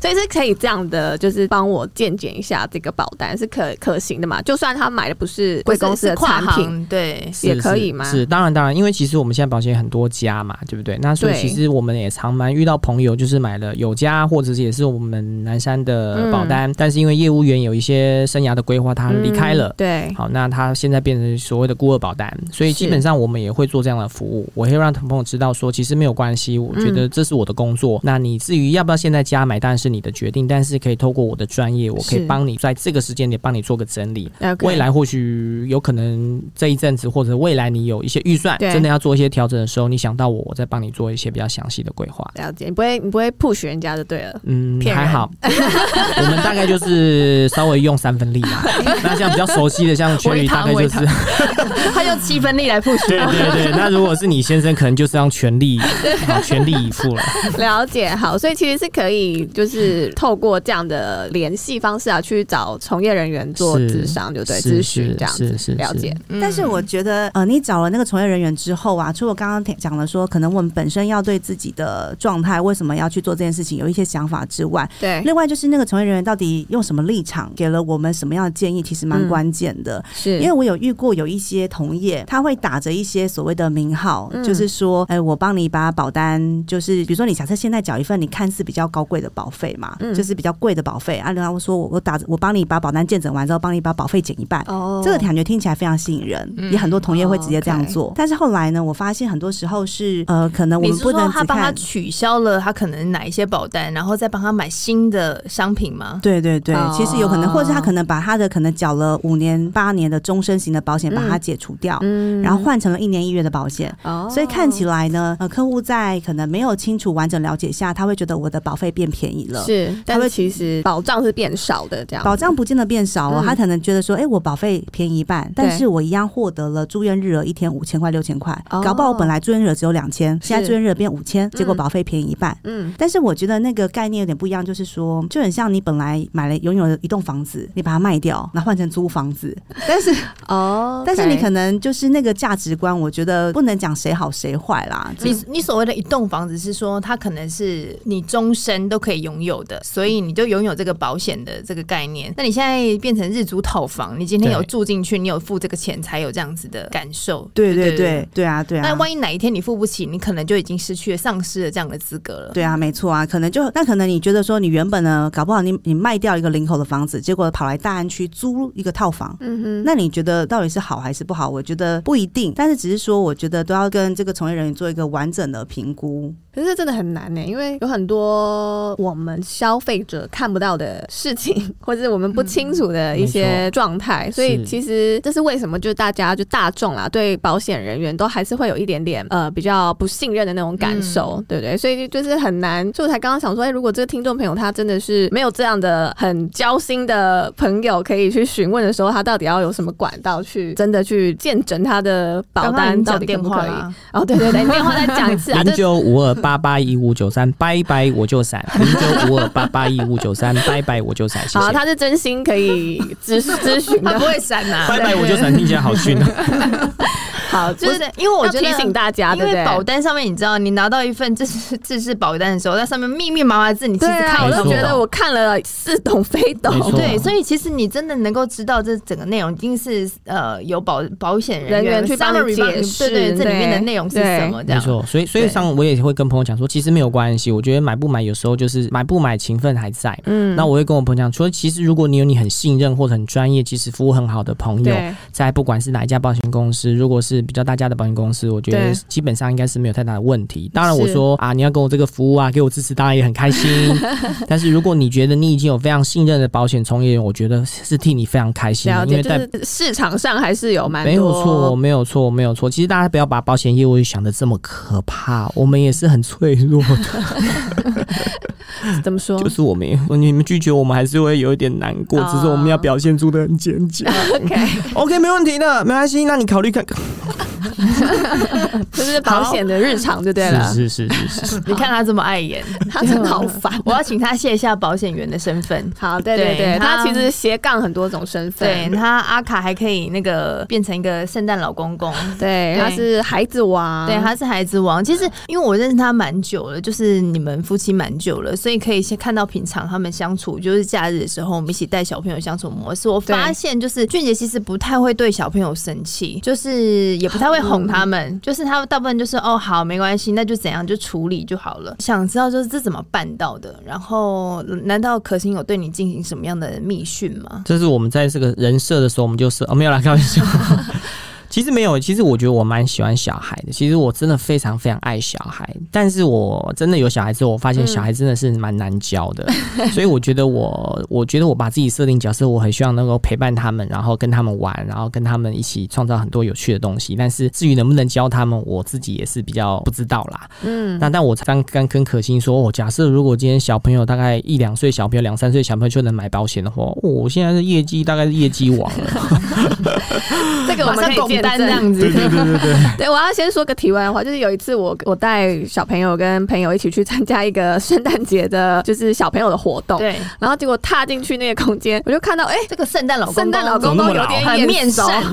[SPEAKER 4] 所以是可以这样的，就是帮我鉴检一下这个保单是可可行的嘛？就算他买的不是贵公司的
[SPEAKER 3] 不是是
[SPEAKER 4] 产
[SPEAKER 3] 跨
[SPEAKER 4] 品，
[SPEAKER 3] 行对，
[SPEAKER 6] 是
[SPEAKER 4] 也可以吗
[SPEAKER 6] 是，是当然当然，因为其实我们现在保险很多家嘛，对不对？那所以
[SPEAKER 4] 对
[SPEAKER 6] 其实我们也常蛮遇到朋友，就是买了有家，或者是也是我们南山的保
[SPEAKER 4] 嗯
[SPEAKER 6] 单，但是因为业务员有一些生涯的规划，他离开了。
[SPEAKER 4] 嗯对，
[SPEAKER 6] 好，那他现在变成所谓的孤儿保单，所以基
[SPEAKER 4] 是
[SPEAKER 6] 本上我们也会做这样的服务。我会让朋友知道说，其实没有关系，我觉
[SPEAKER 4] 嗯
[SPEAKER 6] 得这是我的工作。那你至于要不要现在加买，当然是你的决定，但是可以透过我的专业，我可以
[SPEAKER 4] 是
[SPEAKER 6] 帮你在这个时间点帮你做个整理。
[SPEAKER 4] OK
[SPEAKER 6] 未来或许有可能这一阵子，或者未来你有一些预算，
[SPEAKER 4] 对
[SPEAKER 6] 真的要做一些调整的时候，你想到我，我再帮你做一些比较详细的规划。
[SPEAKER 4] 了解，你不会你不会 push 人家就对了。
[SPEAKER 6] 嗯，
[SPEAKER 4] 骗人
[SPEAKER 6] 还好， 我们大概就是稍微用三分 力啦。那像比较熟悉的，像
[SPEAKER 3] 微
[SPEAKER 6] Cherry
[SPEAKER 3] 糖
[SPEAKER 6] 大概
[SPEAKER 3] 微
[SPEAKER 6] 就是
[SPEAKER 3] 糖， 他用七分力来 push
[SPEAKER 6] 对对 对。那如果是你先生，可能就是要全力，好全力以赴了。
[SPEAKER 4] 了解，好，所以其实是可以， 就是透过这样的联系方式啊，去找从业人员做咨
[SPEAKER 6] 是
[SPEAKER 4] 商，就对，
[SPEAKER 6] 是
[SPEAKER 4] 咨询这样子。
[SPEAKER 6] 是是
[SPEAKER 4] 了解。啊
[SPEAKER 3] 嗯
[SPEAKER 5] 但是我觉得，呃，你找了那个从业人员之后啊，除了刚刚讲了说，可能我们本身要对自己的状态为什么要去做这件事情有一些想法之外，
[SPEAKER 3] 哎
[SPEAKER 4] 对，
[SPEAKER 5] 另外就是那个从业人员到底用什么立场给了我们什么样的建议，其实蛮
[SPEAKER 4] 嗯
[SPEAKER 5] 关键的。
[SPEAKER 4] 是
[SPEAKER 5] 因为我有遇过有一些同业，他会打着一些所谓的名号，
[SPEAKER 4] 嗯
[SPEAKER 5] 就是说，哎、我帮你把保单，就是比如说你假设现在缴一份你看似比较高贵的保费嘛，
[SPEAKER 4] 嗯
[SPEAKER 5] 就是比较贵的保费啊，然后说我我打着我帮你把保单健诊完之后，帮你把保费减一半，
[SPEAKER 4] 哦
[SPEAKER 5] 这个感觉听起来非常吸引人，
[SPEAKER 3] 嗯
[SPEAKER 5] 也很多同业会直接这样
[SPEAKER 4] 哦，OK
[SPEAKER 5] 做。但是后来呢，我发现很多时候是呃，可能我
[SPEAKER 3] 你
[SPEAKER 5] 们
[SPEAKER 3] 是
[SPEAKER 5] 不
[SPEAKER 3] 说
[SPEAKER 5] 能
[SPEAKER 3] 他
[SPEAKER 5] 只
[SPEAKER 3] 帮他
[SPEAKER 5] 看。
[SPEAKER 3] 取消了他可能哪一些保单，然后再帮他买新的商品吗？
[SPEAKER 5] 对对对，
[SPEAKER 4] 哦
[SPEAKER 5] 其实有可能，或者他可能把他的可能缴了五年、八年的终身型的保险，把它
[SPEAKER 4] 嗯
[SPEAKER 5] 解除掉，
[SPEAKER 4] 嗯
[SPEAKER 5] 然后换成了一年一月的保险。
[SPEAKER 4] 哦
[SPEAKER 5] 所以看起来呢，呃，客户在可能没有清楚完整了解下，他会觉得我的保费变便宜了。
[SPEAKER 4] 是，但
[SPEAKER 5] 他
[SPEAKER 4] 是
[SPEAKER 5] 会
[SPEAKER 4] 其实保障是变少的，这样
[SPEAKER 5] 保障不见得变少哦，
[SPEAKER 4] 嗯
[SPEAKER 5] 他可能觉得说，哎、我保费便宜一半，但
[SPEAKER 4] 对
[SPEAKER 5] 是我一样获得了住院日额一天五千块、六千块，
[SPEAKER 4] 哦
[SPEAKER 5] 搞不好我本来住院日额只有两千，现在
[SPEAKER 4] 是
[SPEAKER 5] 住院日额变五千，结果
[SPEAKER 4] 嗯
[SPEAKER 5] 保费便宜一半。
[SPEAKER 4] 嗯
[SPEAKER 5] 但是我觉得那个概念有点不一样，就是说，就很像你本来买了拥有了一栋房子，你把它卖掉，然后换成租房子，但是
[SPEAKER 4] 哦
[SPEAKER 5] 但是你可
[SPEAKER 4] 能
[SPEAKER 5] 能就是那个价值观，我觉得不能讲谁好谁坏啦，
[SPEAKER 3] 你你所谓的一栋房子是说，它可能是你终身都可以拥有的，所以你就拥有这个保险的这个概念。那你现在变成日租套房，你今天有
[SPEAKER 6] 对
[SPEAKER 3] 住进去，你有付这个钱，才有这样子的感受。
[SPEAKER 5] 对对对对啊对啊。
[SPEAKER 3] 那万一哪一天你付不起，你可能就已经失去了、丧失了这样的资格了。
[SPEAKER 5] 对啊，没错啊，可能就那可能你觉得说你原本呢，搞不好你你卖掉一个林口的房子，结果跑来大安区租一个套房，
[SPEAKER 4] 嗯哼
[SPEAKER 5] 那你觉得到底是好还是不好？我觉得不一定，但是只是说，我觉得都要跟这个从业人员做一个完整的评估。
[SPEAKER 4] 可是这真的很难呢，欸因为有很多我们消费者看不到的事情，或者是我们不清楚的一
[SPEAKER 6] 没
[SPEAKER 4] 些状态，所以
[SPEAKER 6] 是
[SPEAKER 4] 其实这是为什么，就是大家就大众啦，对保险人员都还是会有一点点呃比较不信任的那种感受，
[SPEAKER 3] 嗯
[SPEAKER 4] 对不对？所以就是很难。就我才刚刚想说，哎、如果这个听众朋友他真的是没有这样的很交心的朋友可以去询问的时候，他到底要有什么管道去真的去见证他的保
[SPEAKER 3] 刚刚
[SPEAKER 4] 单
[SPEAKER 3] 你
[SPEAKER 4] 到
[SPEAKER 3] 讲
[SPEAKER 4] 底可
[SPEAKER 3] 电
[SPEAKER 4] 不
[SPEAKER 3] 话
[SPEAKER 4] 可以？
[SPEAKER 3] 啦，
[SPEAKER 4] 哦，对对对，你电话再讲一次 啊，
[SPEAKER 6] 零九五二八八一五九三，拜拜我 就闪。零九五二八八一五九三，拜拜我就闪。谢
[SPEAKER 4] 好，
[SPEAKER 6] 谢。
[SPEAKER 4] 他是真心可以咨咨询
[SPEAKER 3] 啊他不
[SPEAKER 4] 的。
[SPEAKER 3] 会删 呐、
[SPEAKER 6] 拜拜我就闪，听起来好逊啊！
[SPEAKER 4] 好，就
[SPEAKER 3] 就是是因为我
[SPEAKER 4] 要
[SPEAKER 3] 觉
[SPEAKER 4] 提
[SPEAKER 3] 得
[SPEAKER 4] 醒大家，
[SPEAKER 3] 因
[SPEAKER 4] 啊对不
[SPEAKER 3] 为
[SPEAKER 4] 对？
[SPEAKER 3] 保单上面，你知道，你拿到一份自 是自是保单的时候，那上面密密麻麻的字，你其
[SPEAKER 4] 对
[SPEAKER 3] 实
[SPEAKER 4] 啊，
[SPEAKER 3] 看
[SPEAKER 4] 我
[SPEAKER 3] 也
[SPEAKER 6] 没
[SPEAKER 3] 看
[SPEAKER 4] 都
[SPEAKER 3] 不
[SPEAKER 6] 错
[SPEAKER 4] 觉
[SPEAKER 3] 懂。
[SPEAKER 4] 得我看了似懂非懂。
[SPEAKER 6] 没错
[SPEAKER 3] 对，所以其实你真的能够知道这整个内容，一定是呃有保保险
[SPEAKER 4] 人
[SPEAKER 3] 员
[SPEAKER 4] 员去帮你
[SPEAKER 3] summary 帮
[SPEAKER 4] 解释
[SPEAKER 3] 对对，这里面的内容是
[SPEAKER 4] 对
[SPEAKER 3] 什么？这
[SPEAKER 6] 没
[SPEAKER 3] 样
[SPEAKER 6] 错，所以所以上我也会跟朋友讲说，其实没有关系，我觉得买不买有时候就是买不买情分还在。
[SPEAKER 4] 嗯
[SPEAKER 6] 那我会跟我朋友讲说，其实如果你有你很信任或者很专业，其实服务很好的朋友，
[SPEAKER 4] 对
[SPEAKER 6] 在不管是哪一家保险公司，如果是比较大家的保险公司，我觉
[SPEAKER 4] 对
[SPEAKER 6] 得基本上应该是没有太大的问题。当然，
[SPEAKER 4] 是
[SPEAKER 6] 我说啊，你要给我这个服务啊，给我支持，当然也很 开心。但是如果你觉得你已经有非常信任的保险从业人，我觉得是替你非常开心
[SPEAKER 4] 了
[SPEAKER 6] 的，因为
[SPEAKER 4] 解，就
[SPEAKER 6] 在。
[SPEAKER 4] 是市场上还是有蛮多
[SPEAKER 6] 没有错，没有错，没有错。其实大家不要把保险业务想的这么可怕，我们也是很脆弱的，
[SPEAKER 4] 怎么说？
[SPEAKER 6] 就是我们也你们拒绝我们还是会有一点难过，只是我们要表现出的很坚强。
[SPEAKER 4] 哦 OK，
[SPEAKER 6] OK，没问题的，没关系。那你考虑看，
[SPEAKER 4] 就是保险的日常就对了。
[SPEAKER 6] 是是是是是。
[SPEAKER 3] 你看他这么碍 眼，
[SPEAKER 4] 他真的好烦。
[SPEAKER 3] 我要请他卸下保险员的身份。
[SPEAKER 4] 好，对对
[SPEAKER 3] 对
[SPEAKER 4] 对，他
[SPEAKER 3] 他
[SPEAKER 4] 其实斜杠很多种身
[SPEAKER 3] 对
[SPEAKER 4] 份，
[SPEAKER 3] 他阿卡还可以那个变成一个圣诞老公公，
[SPEAKER 4] 对，
[SPEAKER 3] 对
[SPEAKER 4] 他是孩子王，
[SPEAKER 3] 对，他是孩子王。其
[SPEAKER 4] 嗯
[SPEAKER 3] 实因为我认识他蛮久了，就是你们夫妻蛮久了，所以可以先看到平常他们相处，就是假日的时候我们一起带小朋友相处模式。我发
[SPEAKER 4] 对
[SPEAKER 3] 现就是俊杰其实不太会对小朋友生气，就是也不太会哄他们，
[SPEAKER 4] 嗯
[SPEAKER 3] 就是他大部分就是哦好没关系，那就怎样就处理就好了。想知道就是这怎么办到的？然后难道可心有对你进行什么样的密训吗？
[SPEAKER 6] 这是我们在这个人设的时候，我们就是哦，没有啦，开玩笑。其实没有，其实我觉得我蛮喜欢小孩的。其实我真的非常非常爱小孩，但是我真的有小孩之后，我发现小孩真的是蛮难教的。 所以我觉得我，我觉得我把自己设定角色，我很希望能够陪伴他们，然后跟他们玩，然后跟他们一起创造很多有趣的东西。但是至于能不能教他们，我自己也是比较不知道啦。
[SPEAKER 4] 嗯，
[SPEAKER 6] 那但我刚刚跟可心说，我、哦假设如果今天小朋友大概一两岁小朋友、两三岁小朋友就能买保险的话，哦我现在的业绩大概是业绩王了。
[SPEAKER 4] 这个我们可以见
[SPEAKER 3] 单这样子
[SPEAKER 4] 对。
[SPEAKER 6] 对对对对，
[SPEAKER 4] 对，我要先说个题外话，就是有一次我我带小朋友跟朋友一起去参加一个圣诞节的，就是小朋友的活动，
[SPEAKER 3] 对，
[SPEAKER 4] 然后结果踏进去那个空间，我就看到哎。
[SPEAKER 3] 这个圣诞老公公，
[SPEAKER 4] 圣诞老
[SPEAKER 6] 怎
[SPEAKER 4] 公
[SPEAKER 6] 么
[SPEAKER 4] 公
[SPEAKER 6] 那么
[SPEAKER 4] 有
[SPEAKER 6] 老
[SPEAKER 4] 点
[SPEAKER 3] 很
[SPEAKER 4] 眼
[SPEAKER 3] 面
[SPEAKER 4] 熟
[SPEAKER 3] 善，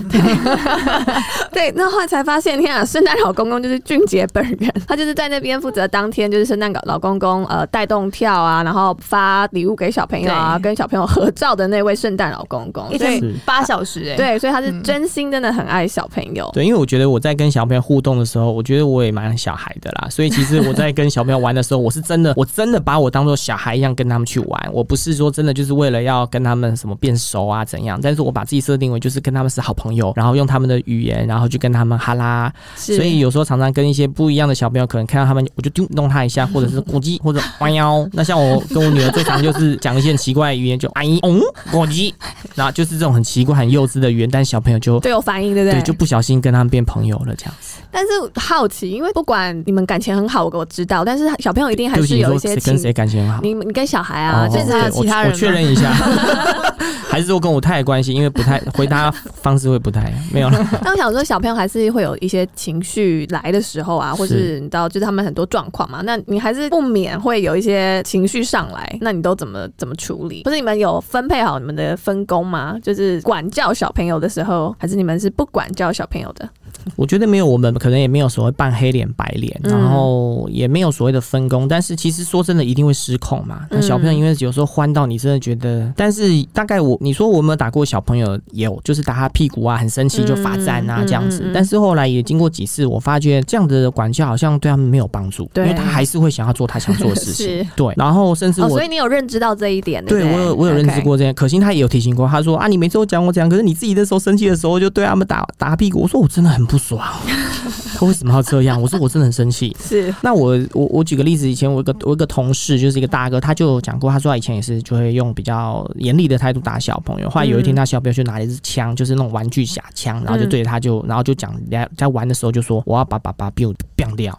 [SPEAKER 4] 对，那后来才发现，天啊，圣诞老公公就是俊杰本人，他就是在那边负责当天就是圣诞老公公呃带动跳啊，然后发礼物给小朋友啊，
[SPEAKER 3] 对
[SPEAKER 4] 跟小朋友合照的那位圣诞老公公，
[SPEAKER 3] 一
[SPEAKER 4] 所以
[SPEAKER 3] 天
[SPEAKER 6] 是
[SPEAKER 3] 八小时哎、
[SPEAKER 4] 对，所以他是
[SPEAKER 3] 嗯
[SPEAKER 4] 真心真的很爱小朋友。
[SPEAKER 6] 对，因为我觉得我在跟小朋友互动的时候，我觉得我也蛮小孩的啦，所以其实我在跟小朋友玩的时候，我是真的，我真的把我当做小孩一样跟他们去玩，我不是说真的就是为了要跟他们什么变熟啊怎样，但是我把自己设定为就是跟他们是好朋友，然后用他们的语言，然后去跟他们哈拉，
[SPEAKER 4] 是
[SPEAKER 6] 所以有时候常常跟一些不一样的小朋友，可能看到他们，我就丢弄他一下，或者是咕叽， 或者弯腰。那像我跟我女儿最常就是讲一些很奇怪的语言，就哎嗯咕叽，然后就是这种很奇怪、很幼稚的语言，但小朋友就
[SPEAKER 4] 对有反应，对不对？
[SPEAKER 6] 对就不小心跟他们变朋友了这样。
[SPEAKER 4] 但是好奇，因为不管你们感情很好，我我知道，但是小朋友一定还
[SPEAKER 6] 对不
[SPEAKER 4] 是
[SPEAKER 6] 起，你
[SPEAKER 4] 有一
[SPEAKER 6] 说
[SPEAKER 4] 些
[SPEAKER 6] 谁
[SPEAKER 4] 情
[SPEAKER 6] 跟，谁感情很好？
[SPEAKER 4] 你你跟小孩啊，
[SPEAKER 6] 哦
[SPEAKER 4] 就是
[SPEAKER 3] 还有
[SPEAKER 6] 对
[SPEAKER 3] 其他人
[SPEAKER 6] 我
[SPEAKER 3] 吗
[SPEAKER 6] 确认一下， 还是说跟我太太关系？因为不太回答方式会不太没有了。
[SPEAKER 4] 但我想说，小朋友还是会有一些情绪来的时候啊，或是你知道，就是他们很多状况嘛，那你还是不免会有一些情绪上来，那你都怎么怎么处理？不是你们有分配好你们的分工吗？就是管教小朋友的时候，还是你们是不管教小朋友的？
[SPEAKER 6] 我觉得没有，我们可能也没有所谓扮黑脸白脸，
[SPEAKER 4] 嗯
[SPEAKER 6] 然后也没有所谓的分工。但是其实说真的，一定会失控嘛。那
[SPEAKER 4] 嗯
[SPEAKER 6] 小朋友因为有时候欢到你真的觉得，但是大概我你说我有没有打过小朋友？有，就是打他屁股啊，很生气就罚站啊、
[SPEAKER 4] 嗯嗯
[SPEAKER 6] 这样子
[SPEAKER 4] 嗯嗯。
[SPEAKER 6] 但是后来也经过几次，我发觉这样子的管教好像对他们没有帮助，因
[SPEAKER 4] 对
[SPEAKER 6] 为他还是会想要做他想做的
[SPEAKER 4] 是
[SPEAKER 6] 事情。对，然后甚至
[SPEAKER 4] 哦，
[SPEAKER 6] 我
[SPEAKER 4] 所以你有认知到这一点，对
[SPEAKER 6] 对
[SPEAKER 4] 不对
[SPEAKER 6] 我有我有认知。过这样，可心他也有提醒过，他说啊，你每次都讲我怎样，可是你自己那时候生气的时候就对他们打打屁股，我说我真的很不 爽，他为什么要这样？我说我真的很生气。
[SPEAKER 4] 是
[SPEAKER 6] 那我我我举个例子，以前我有一个我有一个同事就是一个大哥，他就有讲过，他说他以前也是就会用比较严厉的态度打小朋友。后来有一天，他小朋友就拿了一支枪，就是那种玩具假枪，然后就对着他就然后就讲，人家在玩的时候就说我要把爸爸给我毙掉，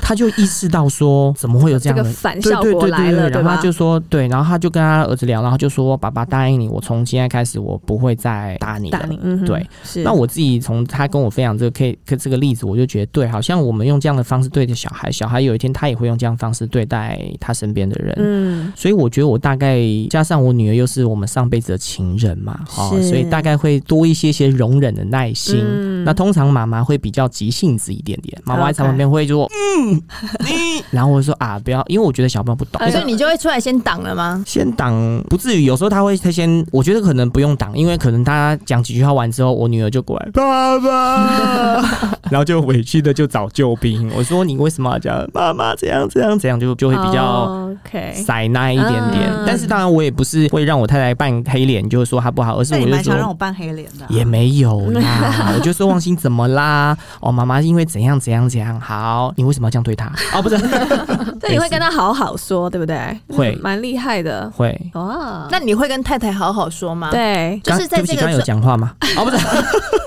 [SPEAKER 6] 他就意识到说怎么会有这
[SPEAKER 4] 这
[SPEAKER 6] 样
[SPEAKER 4] 个
[SPEAKER 6] 的
[SPEAKER 4] 反
[SPEAKER 6] 对
[SPEAKER 4] 效
[SPEAKER 6] 对
[SPEAKER 4] 果
[SPEAKER 6] 对
[SPEAKER 4] 来
[SPEAKER 6] 对
[SPEAKER 4] 了，对
[SPEAKER 6] 对，然后
[SPEAKER 4] 吧
[SPEAKER 6] 他？就说对，然后他就跟他儿子聊，然后就说爸爸答应你，我从现在开始我不会再打你了。
[SPEAKER 4] 打你，嗯哼，
[SPEAKER 6] 对，
[SPEAKER 4] 是。
[SPEAKER 6] 那我自己从他跟我分享这个 K 这个例子，我就觉得对，好像我们用这样的方式对待小孩，小孩有一天他也会用这样的方式对待他身边的人。
[SPEAKER 4] 嗯，
[SPEAKER 6] 所以我觉得我大概加上我女儿又是我们上辈子的情人嘛，哈、
[SPEAKER 4] 是
[SPEAKER 6] 所以大概会多一些些容忍的耐心。
[SPEAKER 4] 嗯
[SPEAKER 6] 那通常妈妈会比较急性子一点点，妈妈
[SPEAKER 4] OK
[SPEAKER 6] 在旁边会 说嗯，嗯，然后我就说啊不要，因为我觉得小朋友不懂，
[SPEAKER 3] 所以你就会出来先挡了吗？
[SPEAKER 6] 先挡不至于，有时候他会他先，我觉得可能不用挡，因为可能他讲几句话完之后，我女儿就过来，爸爸， 然后就委屈的就找救兵。我说你为什么要这样？妈妈这样这样这样，就就会比较。
[SPEAKER 4] 哦 OK，
[SPEAKER 6] 塞那一点点，
[SPEAKER 4] 嗯
[SPEAKER 6] 但是当然我也不是会让我太太扮黑脸，就是说她不好，而是
[SPEAKER 5] 那
[SPEAKER 6] 我
[SPEAKER 5] 你
[SPEAKER 6] 就
[SPEAKER 5] 蛮常让我
[SPEAKER 6] 说
[SPEAKER 5] 扮黑脸的啊、
[SPEAKER 6] 也没有啦，我就说王鑫怎么啦？哦，妈妈因为怎样怎样怎样，好，你为什么要这样对她？哦，不是，
[SPEAKER 4] 所以你会跟他好好说，对不对？
[SPEAKER 6] 会
[SPEAKER 4] 嗯蛮厉害的
[SPEAKER 6] 会
[SPEAKER 4] 哇。
[SPEAKER 3] 那你会跟太太好好说吗？，
[SPEAKER 4] 对，
[SPEAKER 3] 就是在
[SPEAKER 6] 嗯刚对不起
[SPEAKER 3] 这个
[SPEAKER 6] 刚刚有
[SPEAKER 3] 状
[SPEAKER 6] 讲话吗？哦，不是，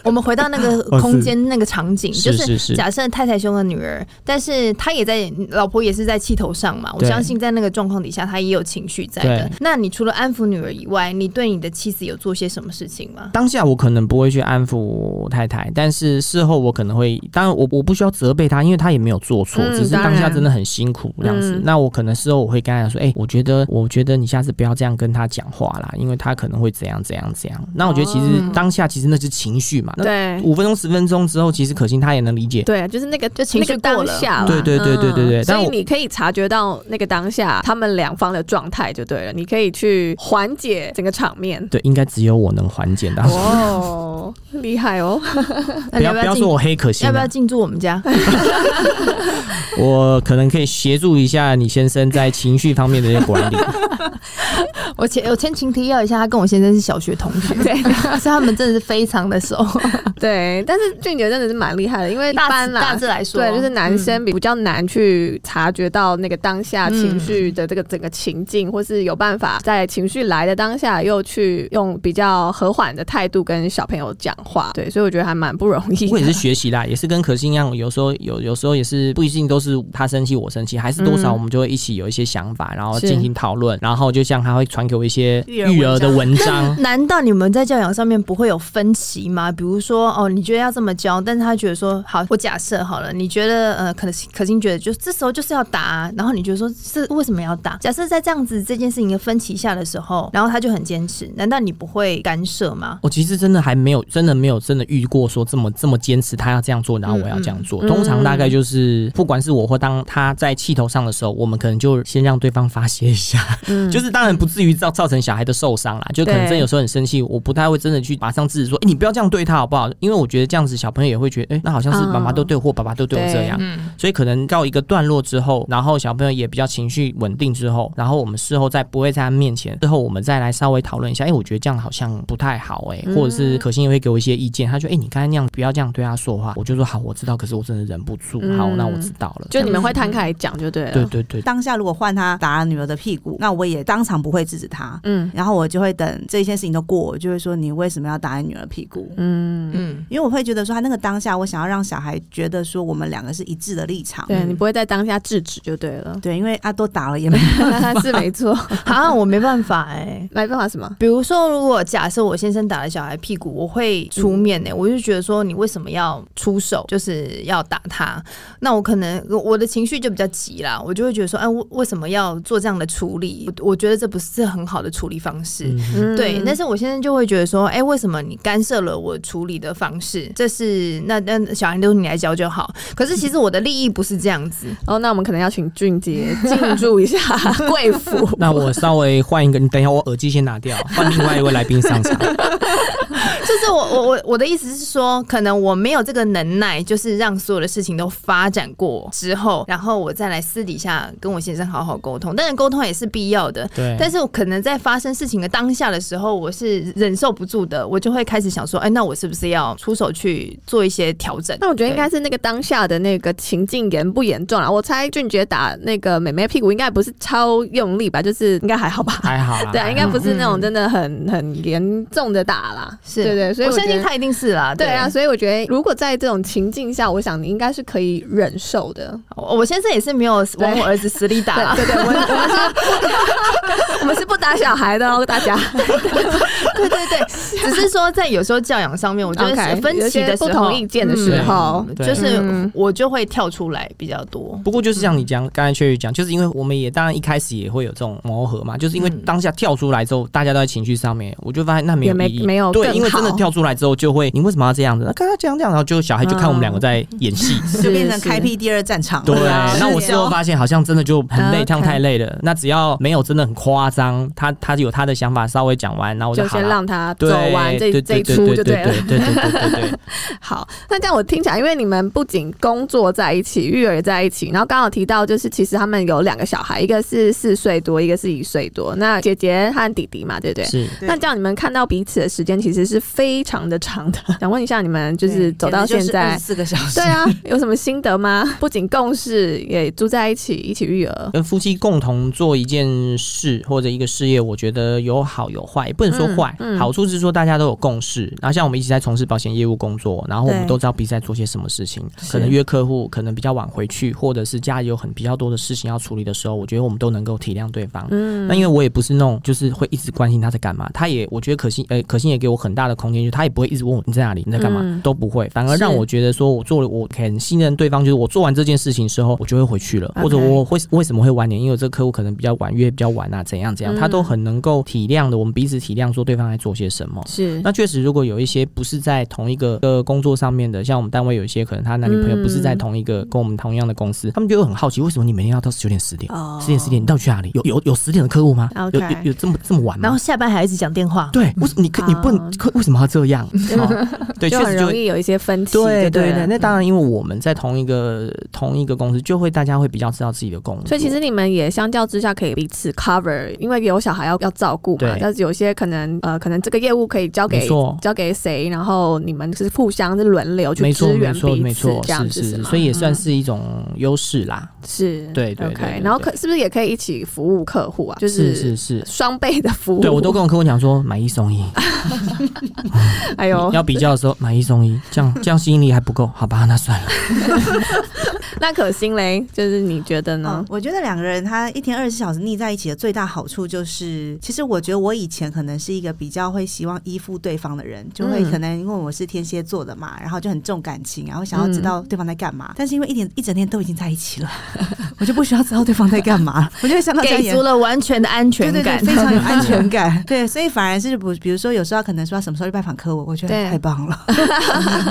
[SPEAKER 3] 我们回到那个
[SPEAKER 6] 哦是
[SPEAKER 3] 空间、那个场景，就是
[SPEAKER 6] 是是
[SPEAKER 3] 假设太太凶的女儿，但是她也在，老婆也是在气头上嘛。我
[SPEAKER 6] 对
[SPEAKER 3] 相信在那个状况底下，她也有情绪在的
[SPEAKER 6] 对。
[SPEAKER 3] 那你除了安抚女儿以外，你对你的妻子有做些什么事情吗？
[SPEAKER 6] 当下我可能不会去安抚太太，但是事后我可能会，当然我我不需要责备她，因为她也没有做错，
[SPEAKER 4] 嗯
[SPEAKER 6] 只是当
[SPEAKER 4] 当
[SPEAKER 6] 下
[SPEAKER 4] 然
[SPEAKER 6] 真的很辛苦这样子。
[SPEAKER 4] 嗯
[SPEAKER 6] 那我可能事后我会跟她讲说，哎、我觉得我觉得你下次不要这样跟她讲话啦，因为她可能会怎样怎样怎样。那我觉得其实
[SPEAKER 3] 哦
[SPEAKER 6] 当下其实那是情绪嘛，那
[SPEAKER 4] 对
[SPEAKER 6] 五分钟十分钟之后，其实可心她也能理解。
[SPEAKER 4] 对，就是那个
[SPEAKER 3] 就情绪
[SPEAKER 4] 那个当
[SPEAKER 3] 过了
[SPEAKER 4] 下啦，
[SPEAKER 6] 对对对对对对
[SPEAKER 4] 嗯所
[SPEAKER 6] 但
[SPEAKER 4] 以
[SPEAKER 6] 我
[SPEAKER 4] 你可以察觉到那个当下他们两方的状态就对了，你可以去缓解整个场 面。
[SPEAKER 6] 对，应该只有我能缓解到。
[SPEAKER 4] 哦，厉害哦！
[SPEAKER 3] 那
[SPEAKER 6] 不要
[SPEAKER 3] 你
[SPEAKER 6] 不要
[SPEAKER 3] 要
[SPEAKER 6] 说
[SPEAKER 3] 进？
[SPEAKER 6] 我黑可心、啊，
[SPEAKER 3] 要不要进驻我们 家？
[SPEAKER 6] 我可能可以协助一下你先生在情绪方面的一些管理。
[SPEAKER 3] 我前我前情提要一下，他跟我先生是小学同 学，
[SPEAKER 4] 对
[SPEAKER 3] 所以他们真的是非常的熟。
[SPEAKER 4] 对，但是俊杰真的是蛮厉害的，因为一
[SPEAKER 3] 大
[SPEAKER 4] 般
[SPEAKER 3] 致
[SPEAKER 4] 啦
[SPEAKER 3] 大致，来说，，
[SPEAKER 4] 对，就是男生比比较难去察觉到那个当下情绪的这个整个情境，或是有办法在情绪来的当下又去用比较和缓的态度跟小朋友讲话。对，所以我觉得还蛮不容易的。
[SPEAKER 6] 我也是学习啦，也是跟可心一样，有时候有有有时候也是不一定都是他生气我生气，还是多少
[SPEAKER 4] 嗯
[SPEAKER 6] 我们就会一起有一些想法，然后
[SPEAKER 4] 是
[SPEAKER 6] 进行讨论。然后就像他会传给我一些
[SPEAKER 5] 育儿
[SPEAKER 6] 育儿的文章
[SPEAKER 3] 难道你们在教养上面不会有分歧吗？比如说，哦，你觉得要这么教，但是他觉得说，好，我假设好了，你觉得呃，可能可心觉得就这时候就是要打啊、然后你觉得说这为什么要打？假设在这样子这件事情的分歧下的时候，然后他就很坚持，难道你不会干涉吗？
[SPEAKER 6] 我其实真的还没有，真的没有真的遇过说这么这么坚持，他要这样做，然后我要这样做。
[SPEAKER 4] 嗯
[SPEAKER 6] 通常大概就是，不管是我或当他在气头上的时候，我们可能就先让对方发泄一下，
[SPEAKER 4] 嗯
[SPEAKER 6] 就是当然不至于造造成小孩的受伤啦。就可能真的有时候很生气，我不太会真的去马上制止说，哎、你不要这样对他好不好？因为我觉得这样子小朋友也会觉得，哎、那好像
[SPEAKER 4] 嗯
[SPEAKER 6] 是妈妈都对我，爸爸都对我这样。
[SPEAKER 7] 嗯，
[SPEAKER 6] 所以可能到一个段落之后，然后小朋友也比较情绪稳定之后，然后我们事后再不会在他面前，之后我们再来稍微讨论一下，哎、我觉得这样好像不太好、诶，
[SPEAKER 4] 嗯
[SPEAKER 6] 哎，或者是可心也会给我一些意见，他说，哎、你刚才那样不要这样对他说话，我就说好，我知道，可是我真的忍不住，好，
[SPEAKER 4] 嗯
[SPEAKER 6] 那我知道了，
[SPEAKER 4] 就你们会摊开来讲就对了。
[SPEAKER 6] 对对对，
[SPEAKER 5] 当下如果换他打女儿的屁股，那我也当场不会制止他，
[SPEAKER 4] 嗯
[SPEAKER 5] 然后我就会等这些事情都过，我就会说你为什么要打你女儿屁股？
[SPEAKER 4] 嗯，
[SPEAKER 7] 嗯，
[SPEAKER 5] 因为我会觉得说他那个当下，我想要让小孩觉得说我们两个是一致的立场。，
[SPEAKER 3] 嗯
[SPEAKER 4] 对你不会在当下制止就对 了
[SPEAKER 5] 对，因为啊都打 了也没
[SPEAKER 4] 是没错，
[SPEAKER 3] 啊，我没办法哎、
[SPEAKER 4] 没办法什么。
[SPEAKER 3] 比如说，如果假设我先生打了小孩屁股，我会出面欸呢、我就觉得说你为什么要出手，就是要打他？那我可能我我的情绪就比较急啦，我就会觉得说，哎、为为什么要做这样的处理？我我觉得这不是很好的处理方式。
[SPEAKER 6] 嗯
[SPEAKER 4] 嗯
[SPEAKER 3] 对，但是我先生就会觉得说，哎、为什么你干涉了我处理的方式？这是那那小孩都你来教就好。可是其实我的利益不是这样子，
[SPEAKER 4] 哦，那我们可能要请俊杰进驻一下贵妇。
[SPEAKER 6] 那我稍微换一个，你等一下，我耳机先拿掉，换另外一位来宾上场。
[SPEAKER 3] 就是我我我我的意思是说，可能我没有这个能耐，就是让所有的事情都发展过之后，然后我再来私底下跟我先生好好沟通。当然，沟通也是必要的。
[SPEAKER 6] 对，
[SPEAKER 3] 但是我可能在发生事情的当下的时候，我是忍受不住的，我就会开始想说，哎、那我是不是要出手去做一些调整？
[SPEAKER 4] 那我觉得应该是那个当下的那个情境严不严重啦。我猜俊杰打那个美眉屁股应该不是超用力吧，就是应该还好吧。
[SPEAKER 6] 还好啦，
[SPEAKER 4] 对啊，应该不是
[SPEAKER 3] 嗯
[SPEAKER 4] 那种真的很很严重的打啦。
[SPEAKER 3] 是
[SPEAKER 4] 对对，所以
[SPEAKER 3] 我
[SPEAKER 4] 觉
[SPEAKER 3] 相
[SPEAKER 4] 得
[SPEAKER 3] 信他一定是啦。
[SPEAKER 4] 对啊，
[SPEAKER 3] 啊，
[SPEAKER 4] 所以我觉得如果在这种情境下，我想你应该是可以忍受的。
[SPEAKER 3] 我我先生也是没有往我儿子死里打啦。
[SPEAKER 4] 对对，我我们是，我 们是不打小孩的哦，大家。
[SPEAKER 3] 对对对，只是说在有时候教养上面，我觉得
[SPEAKER 4] OK，
[SPEAKER 3] 是分
[SPEAKER 4] 有
[SPEAKER 3] 歧
[SPEAKER 4] 些
[SPEAKER 3] 的时候
[SPEAKER 4] 不同意见的
[SPEAKER 3] 嗯
[SPEAKER 4] 时候，
[SPEAKER 6] 对
[SPEAKER 3] 就是
[SPEAKER 4] 嗯
[SPEAKER 3] 我就会跳出来比较多。
[SPEAKER 6] 不过就是像你讲，刚才确宇讲，就是因为我们也当然一开始也会有这种磨合嘛，就是因为
[SPEAKER 3] 嗯
[SPEAKER 6] 当下跳出来之后，大家都在情绪上面，我就发现那没
[SPEAKER 4] 也
[SPEAKER 6] 有
[SPEAKER 4] 没
[SPEAKER 6] 意义，
[SPEAKER 4] 没有
[SPEAKER 6] 对，
[SPEAKER 4] 更
[SPEAKER 6] 因为真的
[SPEAKER 4] 好
[SPEAKER 6] 跳出来之后就会，你为什么要这样子？那刚刚这样这样，然后就小孩就看我们两个在演戏。
[SPEAKER 5] 就变成开辟第二战场了。
[SPEAKER 6] 对，
[SPEAKER 4] 啊
[SPEAKER 6] 那我
[SPEAKER 4] 是
[SPEAKER 6] 事后发现好像真的就很累，
[SPEAKER 4] OK
[SPEAKER 6] 这样太累了。那只要没有真的很夸张，他他有他的想法，稍微讲完，然后我
[SPEAKER 4] 就
[SPEAKER 6] 好
[SPEAKER 4] 先
[SPEAKER 6] 了
[SPEAKER 4] 让他走
[SPEAKER 6] 对
[SPEAKER 4] 完这
[SPEAKER 6] 对
[SPEAKER 4] 这一
[SPEAKER 6] 对对
[SPEAKER 4] 出
[SPEAKER 6] 对
[SPEAKER 4] 就
[SPEAKER 6] 对
[SPEAKER 4] 对了。
[SPEAKER 6] 对对对对对对。
[SPEAKER 4] 好，那这样我听起来，因为你们不仅工作在一起，育儿在一起，然后刚好提到就是其实他们有两个小孩，一个是四岁多，一个是一岁多。那姐姐和弟弟嘛，对不对？
[SPEAKER 6] 是。
[SPEAKER 5] 对
[SPEAKER 4] 那这样你们看到彼此的时间其实是非常的长的。想问一下，你们就是走到现在，
[SPEAKER 5] 四个小时
[SPEAKER 4] 对。啊，有什么心得吗？不仅共事，也住在一起，一起育儿。
[SPEAKER 6] 跟夫妻共同做一件事或者一个事业，我觉得有好有坏，不能说坏。
[SPEAKER 4] 嗯嗯
[SPEAKER 6] 好处是说大家都有共识，然后像我们一起在从事保险业务工作，然后我们
[SPEAKER 5] 对
[SPEAKER 6] 都知道彼此在做些什么事情，可能约客户，可能比较晚回去，或者是家里有很比较多的事情要处理的时候，我觉得我们都能够体谅对方。
[SPEAKER 4] 嗯
[SPEAKER 6] 那因为我也不是那种就是会一直关心他在干嘛，他也我觉得可心，呃，可心也给我很大的空间，就是他也不会一直问我你在哪里，你在干嘛，
[SPEAKER 4] 嗯
[SPEAKER 6] 都不会，反而让
[SPEAKER 4] 是
[SPEAKER 6] 我觉得说我做了，我很信任对方，就是我做完这件事情之后，我就会回去了，
[SPEAKER 4] OK
[SPEAKER 6] 或者我会为什么会晚点，因为我这个客户可能比较晚约比较晚啊，怎样怎样，他都
[SPEAKER 4] 嗯
[SPEAKER 6] 很能够体谅的，我们彼此体谅说对方在做些什么。
[SPEAKER 4] 是
[SPEAKER 6] 那确实，如果有一些不是在同一个呃工作上面的，像我们单位有一些可能他男女朋友不是在
[SPEAKER 4] 嗯
[SPEAKER 6] 同一个、跟我们同样的公司，他们就会很好奇，为什么你每天要到九点十点？
[SPEAKER 4] 哦
[SPEAKER 6] 十点十点，你到底去哪里？有有有十点的客户吗
[SPEAKER 4] OK
[SPEAKER 6] 有有有这么这么晚
[SPEAKER 3] 然后
[SPEAKER 6] 吗？
[SPEAKER 3] 下班还一直讲电话，
[SPEAKER 6] 对，为什你可你不
[SPEAKER 4] 哦
[SPEAKER 6] 能可为什么要这 样？哦对，确
[SPEAKER 4] 就很
[SPEAKER 6] 实就
[SPEAKER 4] 容易有一些分歧。对
[SPEAKER 6] 对对
[SPEAKER 4] 了
[SPEAKER 6] 对。那当然，因为我们在同一个同一个公司，就会大家会比较知道自己的工作。
[SPEAKER 4] 所以其实你们也相较之下可以彼此 cover，因为有小孩要要照顾嘛
[SPEAKER 6] 对。
[SPEAKER 4] 但是有些可能呃，可能这个业务可以交
[SPEAKER 6] 没
[SPEAKER 4] 给
[SPEAKER 6] 错
[SPEAKER 4] 交给谁，然后你们是互相是轮流去
[SPEAKER 6] 没错
[SPEAKER 4] 支
[SPEAKER 6] 没
[SPEAKER 4] 援
[SPEAKER 6] 错
[SPEAKER 4] 彼
[SPEAKER 6] 没
[SPEAKER 4] 此
[SPEAKER 6] 错，
[SPEAKER 4] 这样
[SPEAKER 6] 是
[SPEAKER 4] 子
[SPEAKER 6] 是是，
[SPEAKER 4] 吗
[SPEAKER 6] 所以也算
[SPEAKER 4] 嗯
[SPEAKER 6] 是一种优势啦。
[SPEAKER 4] 是，
[SPEAKER 6] 对对对
[SPEAKER 4] OK
[SPEAKER 6] 对对
[SPEAKER 4] 然后可是不是也可以一起服务客户啊？就是
[SPEAKER 6] 是是是，
[SPEAKER 4] 双倍的服务。
[SPEAKER 6] 对我都跟我客户讲说买一送一，
[SPEAKER 4] 哎呦，
[SPEAKER 6] 要比较的时候买一送一，这样这样吸引力还不够，好吧，那算 了。
[SPEAKER 4] 那可心嘞，就是你觉得呢
[SPEAKER 5] 嗯？我觉得两个人他一天二十四小时腻在一起的最大好处就是，其实我觉得我以前可能是一个比较会希望依附对方的人，就会
[SPEAKER 4] 嗯
[SPEAKER 5] 可能因为我是天蝎座的嘛，然后就很重感情，然后想要知道对方在干嘛。但是因为一点一整天都已经在一起了，嗯 我就不需要知道对方在干嘛， 我就会想到这样
[SPEAKER 3] 给
[SPEAKER 5] 也
[SPEAKER 3] 足了完全的安全
[SPEAKER 5] 对对
[SPEAKER 3] 感，
[SPEAKER 5] 对，非 常有安全感。对，所以反而是不，比如说有时候可能说什么时候去拜访科我，我觉得
[SPEAKER 4] 对
[SPEAKER 5] 太棒了，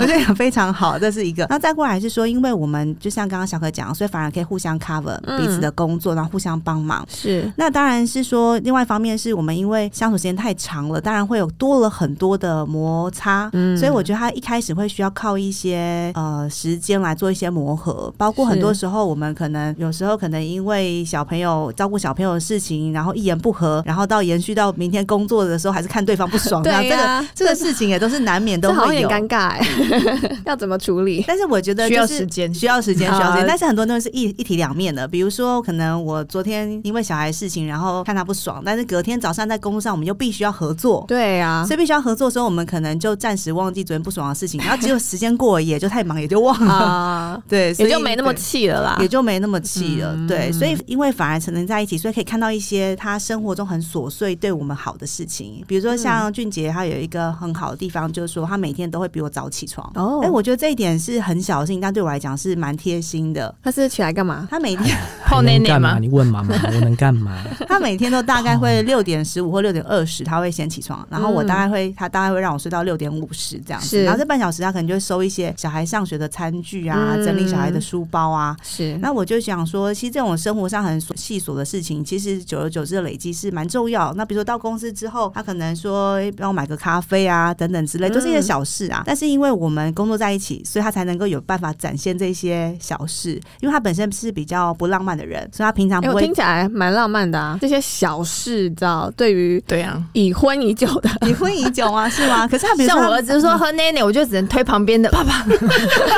[SPEAKER 5] 我觉得非常好，这是一个。那再过来是说，因为我们就像刚刚小可讲，所以反而可以互相 cover
[SPEAKER 4] 嗯
[SPEAKER 5] 彼此的工作，然后互相帮忙。
[SPEAKER 4] 是，
[SPEAKER 5] 那当然是说，另外一方面是我们因为相处时间太长了，当然会有多了很多的摩擦，
[SPEAKER 4] 嗯
[SPEAKER 5] 所以我觉得他一开始会需要靠一些呃时间来做一些磨合，包括很多时候我们可能有时候可能因为小朋友照顾小朋友的事情，然后一言不合，然后到延续到明天工作的时候还是看对方不 爽，这样
[SPEAKER 4] 对呀
[SPEAKER 5] 这个这个事情也都是难免都
[SPEAKER 4] 这好像
[SPEAKER 5] 会
[SPEAKER 4] 有
[SPEAKER 5] 有。
[SPEAKER 4] 点尴尬哎， 要怎么处理？
[SPEAKER 5] 但是我觉得
[SPEAKER 3] 需
[SPEAKER 5] 就
[SPEAKER 3] 要
[SPEAKER 5] 是
[SPEAKER 3] 时间。
[SPEAKER 5] 需要 时间，需要时
[SPEAKER 4] 啊
[SPEAKER 5] 间。但是很多东西是一一体两面的。比如说，可能我昨天因为小孩事情，然后看他不爽，但是隔天早上在公路上，我们又必须要合作。
[SPEAKER 4] 对啊
[SPEAKER 5] 所，以必须要合作的时候，我们可能就暂时忘记昨天不爽的事情，然后只有时间过了，也就太忙，也就忘了。
[SPEAKER 4] 啊，
[SPEAKER 5] 对，所
[SPEAKER 4] 也
[SPEAKER 5] 以
[SPEAKER 4] 就没那么
[SPEAKER 5] 对
[SPEAKER 4] 气了啦
[SPEAKER 5] 也。就没那么气了。
[SPEAKER 4] 嗯
[SPEAKER 5] 对，所以因为反而才能在一起，所以可以看到一些他生活中很琐碎对我们好的事情，比如说像俊杰，他有一个很好的地方，就是说他每天都会比我早起床。
[SPEAKER 4] 哦
[SPEAKER 5] 哎、我觉得这一点是很小的事情，但对我来讲是蛮贴心的。
[SPEAKER 4] 他是起来干嘛？
[SPEAKER 5] 他每 天
[SPEAKER 3] 泡
[SPEAKER 6] 还能
[SPEAKER 3] 内内
[SPEAKER 6] 干
[SPEAKER 3] 吗
[SPEAKER 6] 嘛？你问妈妈，我能干嘛？
[SPEAKER 5] 他每天都大概
[SPEAKER 4] 哦
[SPEAKER 5] 会六点十五或六点二十，他会先起床，然后我大概会他大概会让我睡到六点五十这样子，
[SPEAKER 4] 嗯是
[SPEAKER 5] 然后这半小时他可能就会收一些小孩上学的餐具啊，
[SPEAKER 4] 嗯
[SPEAKER 5] 整理小孩的书包啊。
[SPEAKER 4] 是，
[SPEAKER 5] 那我就想说，其实这种生活上很琐细琐的事情，其实久而久之的累积是蛮重要。那比如说到公司之后，他可能说诶帮我买个咖啡啊，等等之类，都是一些小事啊。但是因为我们工作在一起，所以他才能够有办法展现这些小事。因为他本身是比较不浪漫的人，所以他平常
[SPEAKER 4] 哎，
[SPEAKER 5] 不
[SPEAKER 4] 我
[SPEAKER 5] 会
[SPEAKER 4] 听起来蛮浪漫的啊，这些小事，你知道，对于
[SPEAKER 3] 对啊，
[SPEAKER 4] 已婚已久的，
[SPEAKER 5] 离婚已久吗？ 是吗？可是他比如
[SPEAKER 3] 像
[SPEAKER 5] 说
[SPEAKER 3] 我儿子说喝内内，我就只能推旁边的爸爸。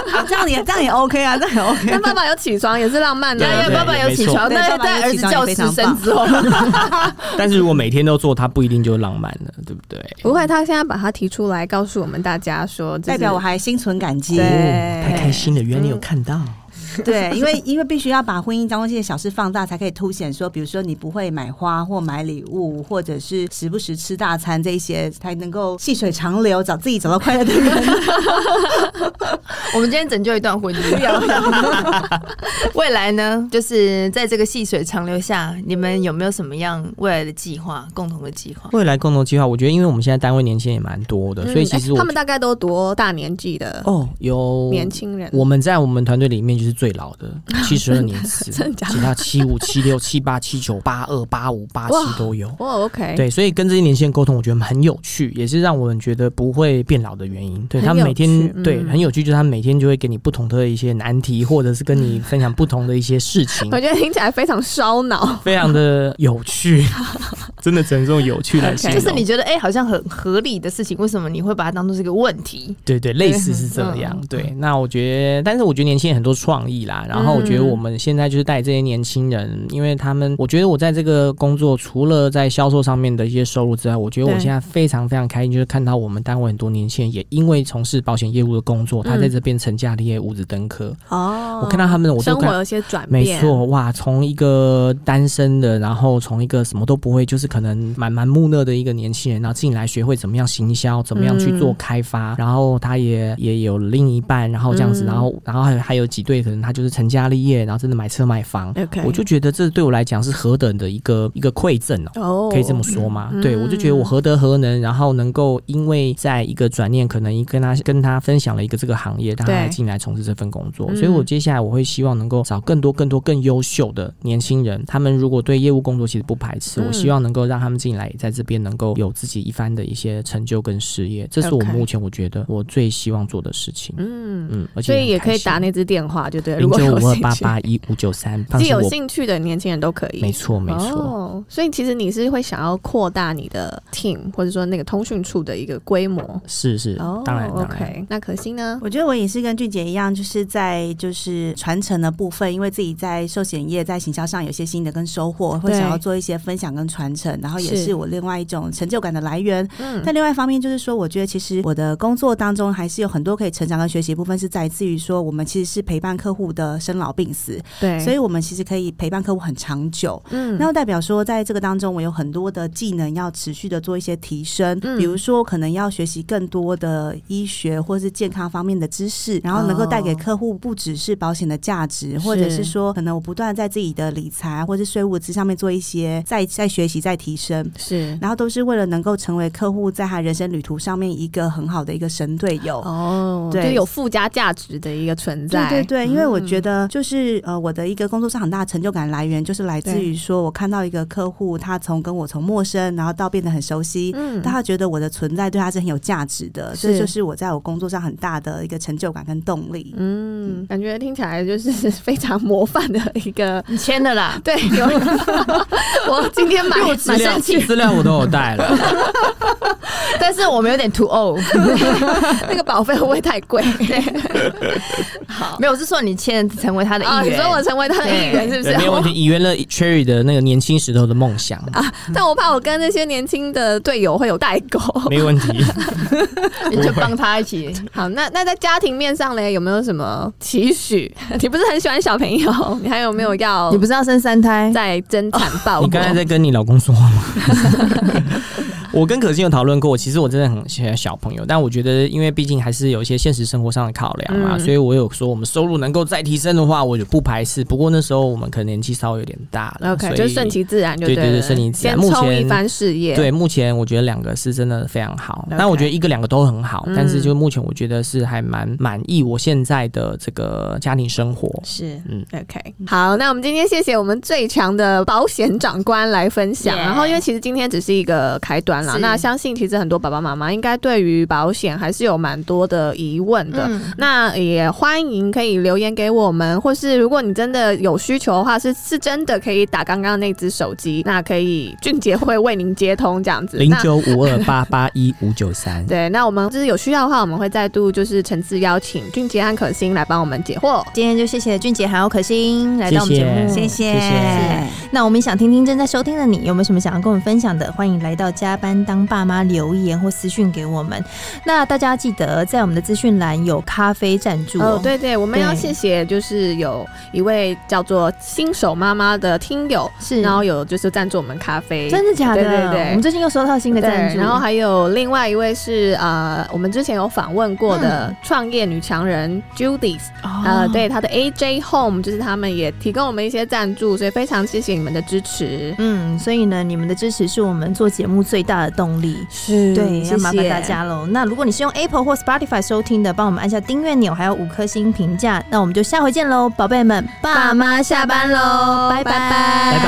[SPEAKER 5] 他，哎这样也这样也 OK 啊，这样也 OK
[SPEAKER 4] 那。爸爸有起床也是浪漫的
[SPEAKER 6] 对
[SPEAKER 3] 然
[SPEAKER 4] 啊，
[SPEAKER 3] 后
[SPEAKER 6] 对
[SPEAKER 3] 爸爸有起床，
[SPEAKER 5] 对
[SPEAKER 3] 那
[SPEAKER 5] 爸爸
[SPEAKER 3] 在
[SPEAKER 5] 有
[SPEAKER 3] 儿
[SPEAKER 5] 起
[SPEAKER 3] 子哦
[SPEAKER 5] 床
[SPEAKER 3] 叫
[SPEAKER 5] 也非
[SPEAKER 3] 失
[SPEAKER 5] 常
[SPEAKER 3] 声
[SPEAKER 5] 棒
[SPEAKER 3] 之后，
[SPEAKER 6] 但是如果每天都做，它不一定就浪漫了，对不对？
[SPEAKER 4] 不会，他现在把它提出来，告诉我们大家说，就是
[SPEAKER 5] 代表我还心存感激，
[SPEAKER 4] 对嗯
[SPEAKER 6] 哦太开心了，原来你有看到。
[SPEAKER 5] 对，因为因为必须要把婚姻当中这些小事放大，才可以凸显说，比如说你不会买花或买礼物，或者是时不时吃大餐这一些，才能够细水长流，找自己找到快乐的人。
[SPEAKER 3] 我们今天拯救一段婚姻。 未来呢，就是在这个细水长流下，你们有没有什么样未来的计划？共同的计划？
[SPEAKER 6] 未来共同计划，我觉得因为我们现在单位年轻人也蛮多
[SPEAKER 4] 嗯
[SPEAKER 6] 的，呃所以其实
[SPEAKER 4] 哎
[SPEAKER 6] 我
[SPEAKER 4] 他们大概都多大年纪的
[SPEAKER 6] 哦有
[SPEAKER 4] 年轻人？
[SPEAKER 6] 我们在我们团队里面就是最老 的，七十二年次，
[SPEAKER 4] 真的假的
[SPEAKER 6] 其他七五、七六、七八、七九、八二、八五、八
[SPEAKER 4] 哇
[SPEAKER 6] 七都有。
[SPEAKER 4] 哦，OK，
[SPEAKER 6] 对，所以跟这些年轻人沟通，我觉得很有趣，也是让我们觉得不会变老的原因。对
[SPEAKER 4] 很
[SPEAKER 6] 他们
[SPEAKER 4] 有
[SPEAKER 6] 每天、
[SPEAKER 4] 趣
[SPEAKER 6] 对
[SPEAKER 4] 嗯
[SPEAKER 6] 很有趣，就是他们每天就会给你不同的一些难题，或者是跟你分享不同的一些事情
[SPEAKER 4] 我，觉得听起来非常烧 脑。
[SPEAKER 6] 非常的 有趣，真的只能用有趣来形
[SPEAKER 4] OK
[SPEAKER 6] 容。
[SPEAKER 3] 就是你觉得哎、好像很合理的事情，为什么你会把它当做是个问题？
[SPEAKER 6] 对对，类似是这样。对，那我觉得，但是我觉得年轻人很多创意啦。然后我觉得我们现在就是带这些年轻人，因为他们，我觉得我在这个工作除了在销售上面的一些收入之外，我觉得我
[SPEAKER 3] 对
[SPEAKER 6] 现在非常非常开心，就是看到我们单位很多年轻人也因为从事保险业务的工作，他在这边成家立业，五子登科。
[SPEAKER 4] 哦
[SPEAKER 6] 我看到他们，我都
[SPEAKER 4] 生活
[SPEAKER 6] 看。
[SPEAKER 4] 有些转
[SPEAKER 6] 没
[SPEAKER 4] 变，
[SPEAKER 6] 错，哇，从一个单身的，然后从一个什么都不会，就是可能蛮蛮木讷的一个年轻人，然后进来学会怎么样行销，怎么样去
[SPEAKER 4] 嗯
[SPEAKER 6] 做开发，然后他也也有另一半，然后这样
[SPEAKER 4] 嗯
[SPEAKER 6] 子，然后然后还有还有几对可能他就是成家立业，然后真的买车买房
[SPEAKER 4] OK
[SPEAKER 6] 我就觉得这对我来讲是何等的一个一个馈赠
[SPEAKER 4] 哦，
[SPEAKER 6] 哦。可以这么说吗？
[SPEAKER 4] 嗯
[SPEAKER 6] 对我就觉得我何德何能，然后能够因为在一个转念，可能跟他跟他分享了一个这个行业，他
[SPEAKER 4] 对
[SPEAKER 6] 还进来从事这份工作，
[SPEAKER 4] 嗯
[SPEAKER 6] 所以我接下来我会希望能够找更多更多更优秀的年轻人，他们如果对业务工作其实不排斥，
[SPEAKER 4] 嗯
[SPEAKER 6] 我希望能够让他们进来，也在这边能够有自己一番的一些成就跟事业，这是我
[SPEAKER 4] OK
[SPEAKER 6] 目前我觉得我最希望做的事情。
[SPEAKER 4] 嗯，
[SPEAKER 6] 嗯，而且
[SPEAKER 4] 所以也可以打那支电话，就对了，如果
[SPEAKER 6] 零九
[SPEAKER 4] 有
[SPEAKER 6] 五二
[SPEAKER 4] 兴
[SPEAKER 6] 八
[SPEAKER 4] 趣，
[SPEAKER 6] 八一五九三，放
[SPEAKER 4] 既
[SPEAKER 6] 心
[SPEAKER 4] 有
[SPEAKER 6] 我，
[SPEAKER 4] 兴趣的年轻人都可以，
[SPEAKER 6] 没错没错。
[SPEAKER 4] 哦，所以其实你是会想要扩大你的 team，或者说那个通讯处的一个规模。
[SPEAKER 6] 是是，
[SPEAKER 4] 哦，
[SPEAKER 6] 当然当然
[SPEAKER 4] OK，那可心呢？
[SPEAKER 5] 我觉得我也是跟俊杰一样，就是在就是传承的部分，因为自己在寿险业在行销上有些新的跟收获，会
[SPEAKER 4] 对
[SPEAKER 5] 想要做一些分享跟传承。程，然后也
[SPEAKER 3] 是
[SPEAKER 5] 是我另外一种成就感的来源。
[SPEAKER 3] 嗯
[SPEAKER 5] 但另外一方面就是说，我觉得其实我的工作当中还是有很多可以成长跟学习的部分，是在自于说我们其实是陪伴客户的生老病死，
[SPEAKER 4] 对，
[SPEAKER 5] 所以我们其实可以陪伴客户很长久。
[SPEAKER 3] 哎嗯
[SPEAKER 5] 那代表说，在这个当中，我有很多的技能要持续的做一些提升，
[SPEAKER 3] 嗯
[SPEAKER 5] 比如说可能要学习更多的医学或是健康方面的知识，
[SPEAKER 3] 哦
[SPEAKER 5] 然后能够带给客户不只是保险的价值，或者是说可能我不断在自己的理财或是税务这上面做一些再再学习再提升。
[SPEAKER 3] 是
[SPEAKER 5] 然后都是为了能够成为客户在他人生旅途上面一个很好的一个神队友。
[SPEAKER 4] 哦，
[SPEAKER 5] 对
[SPEAKER 4] 就有附加价值的一个存在，嗯
[SPEAKER 5] 对对对，因为我
[SPEAKER 4] 得
[SPEAKER 5] 觉得就是呃，我的一个工作上很大的成就感来源，就是来自于说我看到一个客户，他从跟我从陌生，然后到变得很熟悉。
[SPEAKER 3] 嗯
[SPEAKER 5] 但他觉得我的存在对他是很有价值的，
[SPEAKER 4] 是
[SPEAKER 5] 这就是我在我工作上很大的一个成就感跟动力。
[SPEAKER 4] 嗯，感觉听起来就是非常模范的一 个。
[SPEAKER 3] 你签的啦，
[SPEAKER 4] 对，有 我今天 蛮蛮
[SPEAKER 6] 资料
[SPEAKER 4] 生气，
[SPEAKER 6] 资料我都有带了，
[SPEAKER 3] 但是我们有点 too old，
[SPEAKER 4] 那个保费会不会太 贵？对，好，
[SPEAKER 3] 没有，我是说你签成为他的
[SPEAKER 4] 啊，
[SPEAKER 3] 一
[SPEAKER 4] 你
[SPEAKER 3] 员。
[SPEAKER 4] 说我成为他的一 员是不是哦
[SPEAKER 6] 对，？没有问题，以圆了 Cherry 的那个年轻时候的梦想，
[SPEAKER 4] 但我怕我跟那些年轻的队友会有代沟。
[SPEAKER 6] 没问题。
[SPEAKER 3] 你就帮他一 起。
[SPEAKER 4] 好，那那在家庭面上嘞，有没有什么 期许？你不是很喜欢小朋友，你还有没有要
[SPEAKER 3] 你不是要生三胎？
[SPEAKER 4] 再增产 报国？
[SPEAKER 6] 哦你刚才在跟你老公说话吗？ 我跟可心有讨论过，其实我真的很喜欢小朋友，但我觉得，因为毕竟还是有一些现实生活上的考量嘛，
[SPEAKER 4] 嗯
[SPEAKER 6] 所以我有说，我们收入能够再提升的话，我就不排斥。不过那时候我们可能年纪稍微有点大了
[SPEAKER 4] OK，
[SPEAKER 6] 所以
[SPEAKER 4] 就顺其自然就
[SPEAKER 6] 对
[SPEAKER 4] 对
[SPEAKER 6] 对
[SPEAKER 4] 了，
[SPEAKER 6] 对顺其自然
[SPEAKER 4] 先
[SPEAKER 6] 目
[SPEAKER 4] 冲一
[SPEAKER 6] 前
[SPEAKER 4] 番事业。
[SPEAKER 6] 对，目前我觉得两个是真的非常好，
[SPEAKER 4] OK
[SPEAKER 6] 但我觉得一个两个都很好，
[SPEAKER 4] 嗯
[SPEAKER 6] 但是就目前我觉得是还蛮满意我现在的这个家庭生活。
[SPEAKER 4] 是，嗯
[SPEAKER 6] 嗯
[SPEAKER 4] ，OK，好，那我们今天谢谢我们最强的保险长官来分享。
[SPEAKER 3] Yeah
[SPEAKER 4] 然后，因为其实今天只是一个开端啦，
[SPEAKER 3] 是
[SPEAKER 4] 那相信其实很多爸爸妈妈应该对于保险还是有蛮多的疑问的。
[SPEAKER 3] 嗯，
[SPEAKER 4] 那也欢迎可以留言给我们，或是如果你真的有需求的话，是是真的可以打刚刚那只手机，那可以俊杰会为您接通这样子。
[SPEAKER 6] 零
[SPEAKER 4] 那
[SPEAKER 6] 九五二八八一五九三，
[SPEAKER 4] 对，那我们就是有需要的话，我们会再度就是诚挚邀请俊杰和可心来帮我们解惑。
[SPEAKER 3] 今天就谢谢俊杰还有可心来
[SPEAKER 6] 谢
[SPEAKER 3] 到我们节目，
[SPEAKER 6] 谢
[SPEAKER 5] 谢
[SPEAKER 6] 谢谢
[SPEAKER 3] 那我们也想听听正在收听的你有没有什么想要跟我们分享的？欢迎来到加班当爸妈留言或私讯给我们。那大家记得在我们的资讯栏有咖啡赞助
[SPEAKER 4] 哦，对对，我们要
[SPEAKER 3] 对
[SPEAKER 4] 谢谢，就是有一位叫做新手妈妈的听友，
[SPEAKER 3] 是，
[SPEAKER 4] 然后有就是赞助我们咖啡，
[SPEAKER 3] 嗯真的假的？
[SPEAKER 4] 对对对
[SPEAKER 3] 我们最近又收到新的
[SPEAKER 4] 对
[SPEAKER 3] 赞助，
[SPEAKER 4] 然后还有另外一位是呃，我们之前有访问过的
[SPEAKER 3] 嗯
[SPEAKER 4] 创业女强人 Judy，、
[SPEAKER 3] 哦
[SPEAKER 4] 呃，对，她的 AJ Home 就是他们也提供我们一些赞助，所以非常谢谢你们的支持。
[SPEAKER 3] 嗯，所以呢，你们的支持是我们做节目最大的动力。
[SPEAKER 4] 是
[SPEAKER 3] 对，
[SPEAKER 4] 谢
[SPEAKER 3] 要
[SPEAKER 4] 谢
[SPEAKER 3] 麻烦大。家喽。那如果你是用 Apple 或 Spotify 收听的，帮我们按下订阅钮，还有五颗星评价。那我们就下回见喽，宝贝们，
[SPEAKER 4] 爸妈下班喽，
[SPEAKER 3] 拜
[SPEAKER 4] 拜
[SPEAKER 3] 拜
[SPEAKER 6] 拜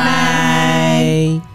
[SPEAKER 6] 拜。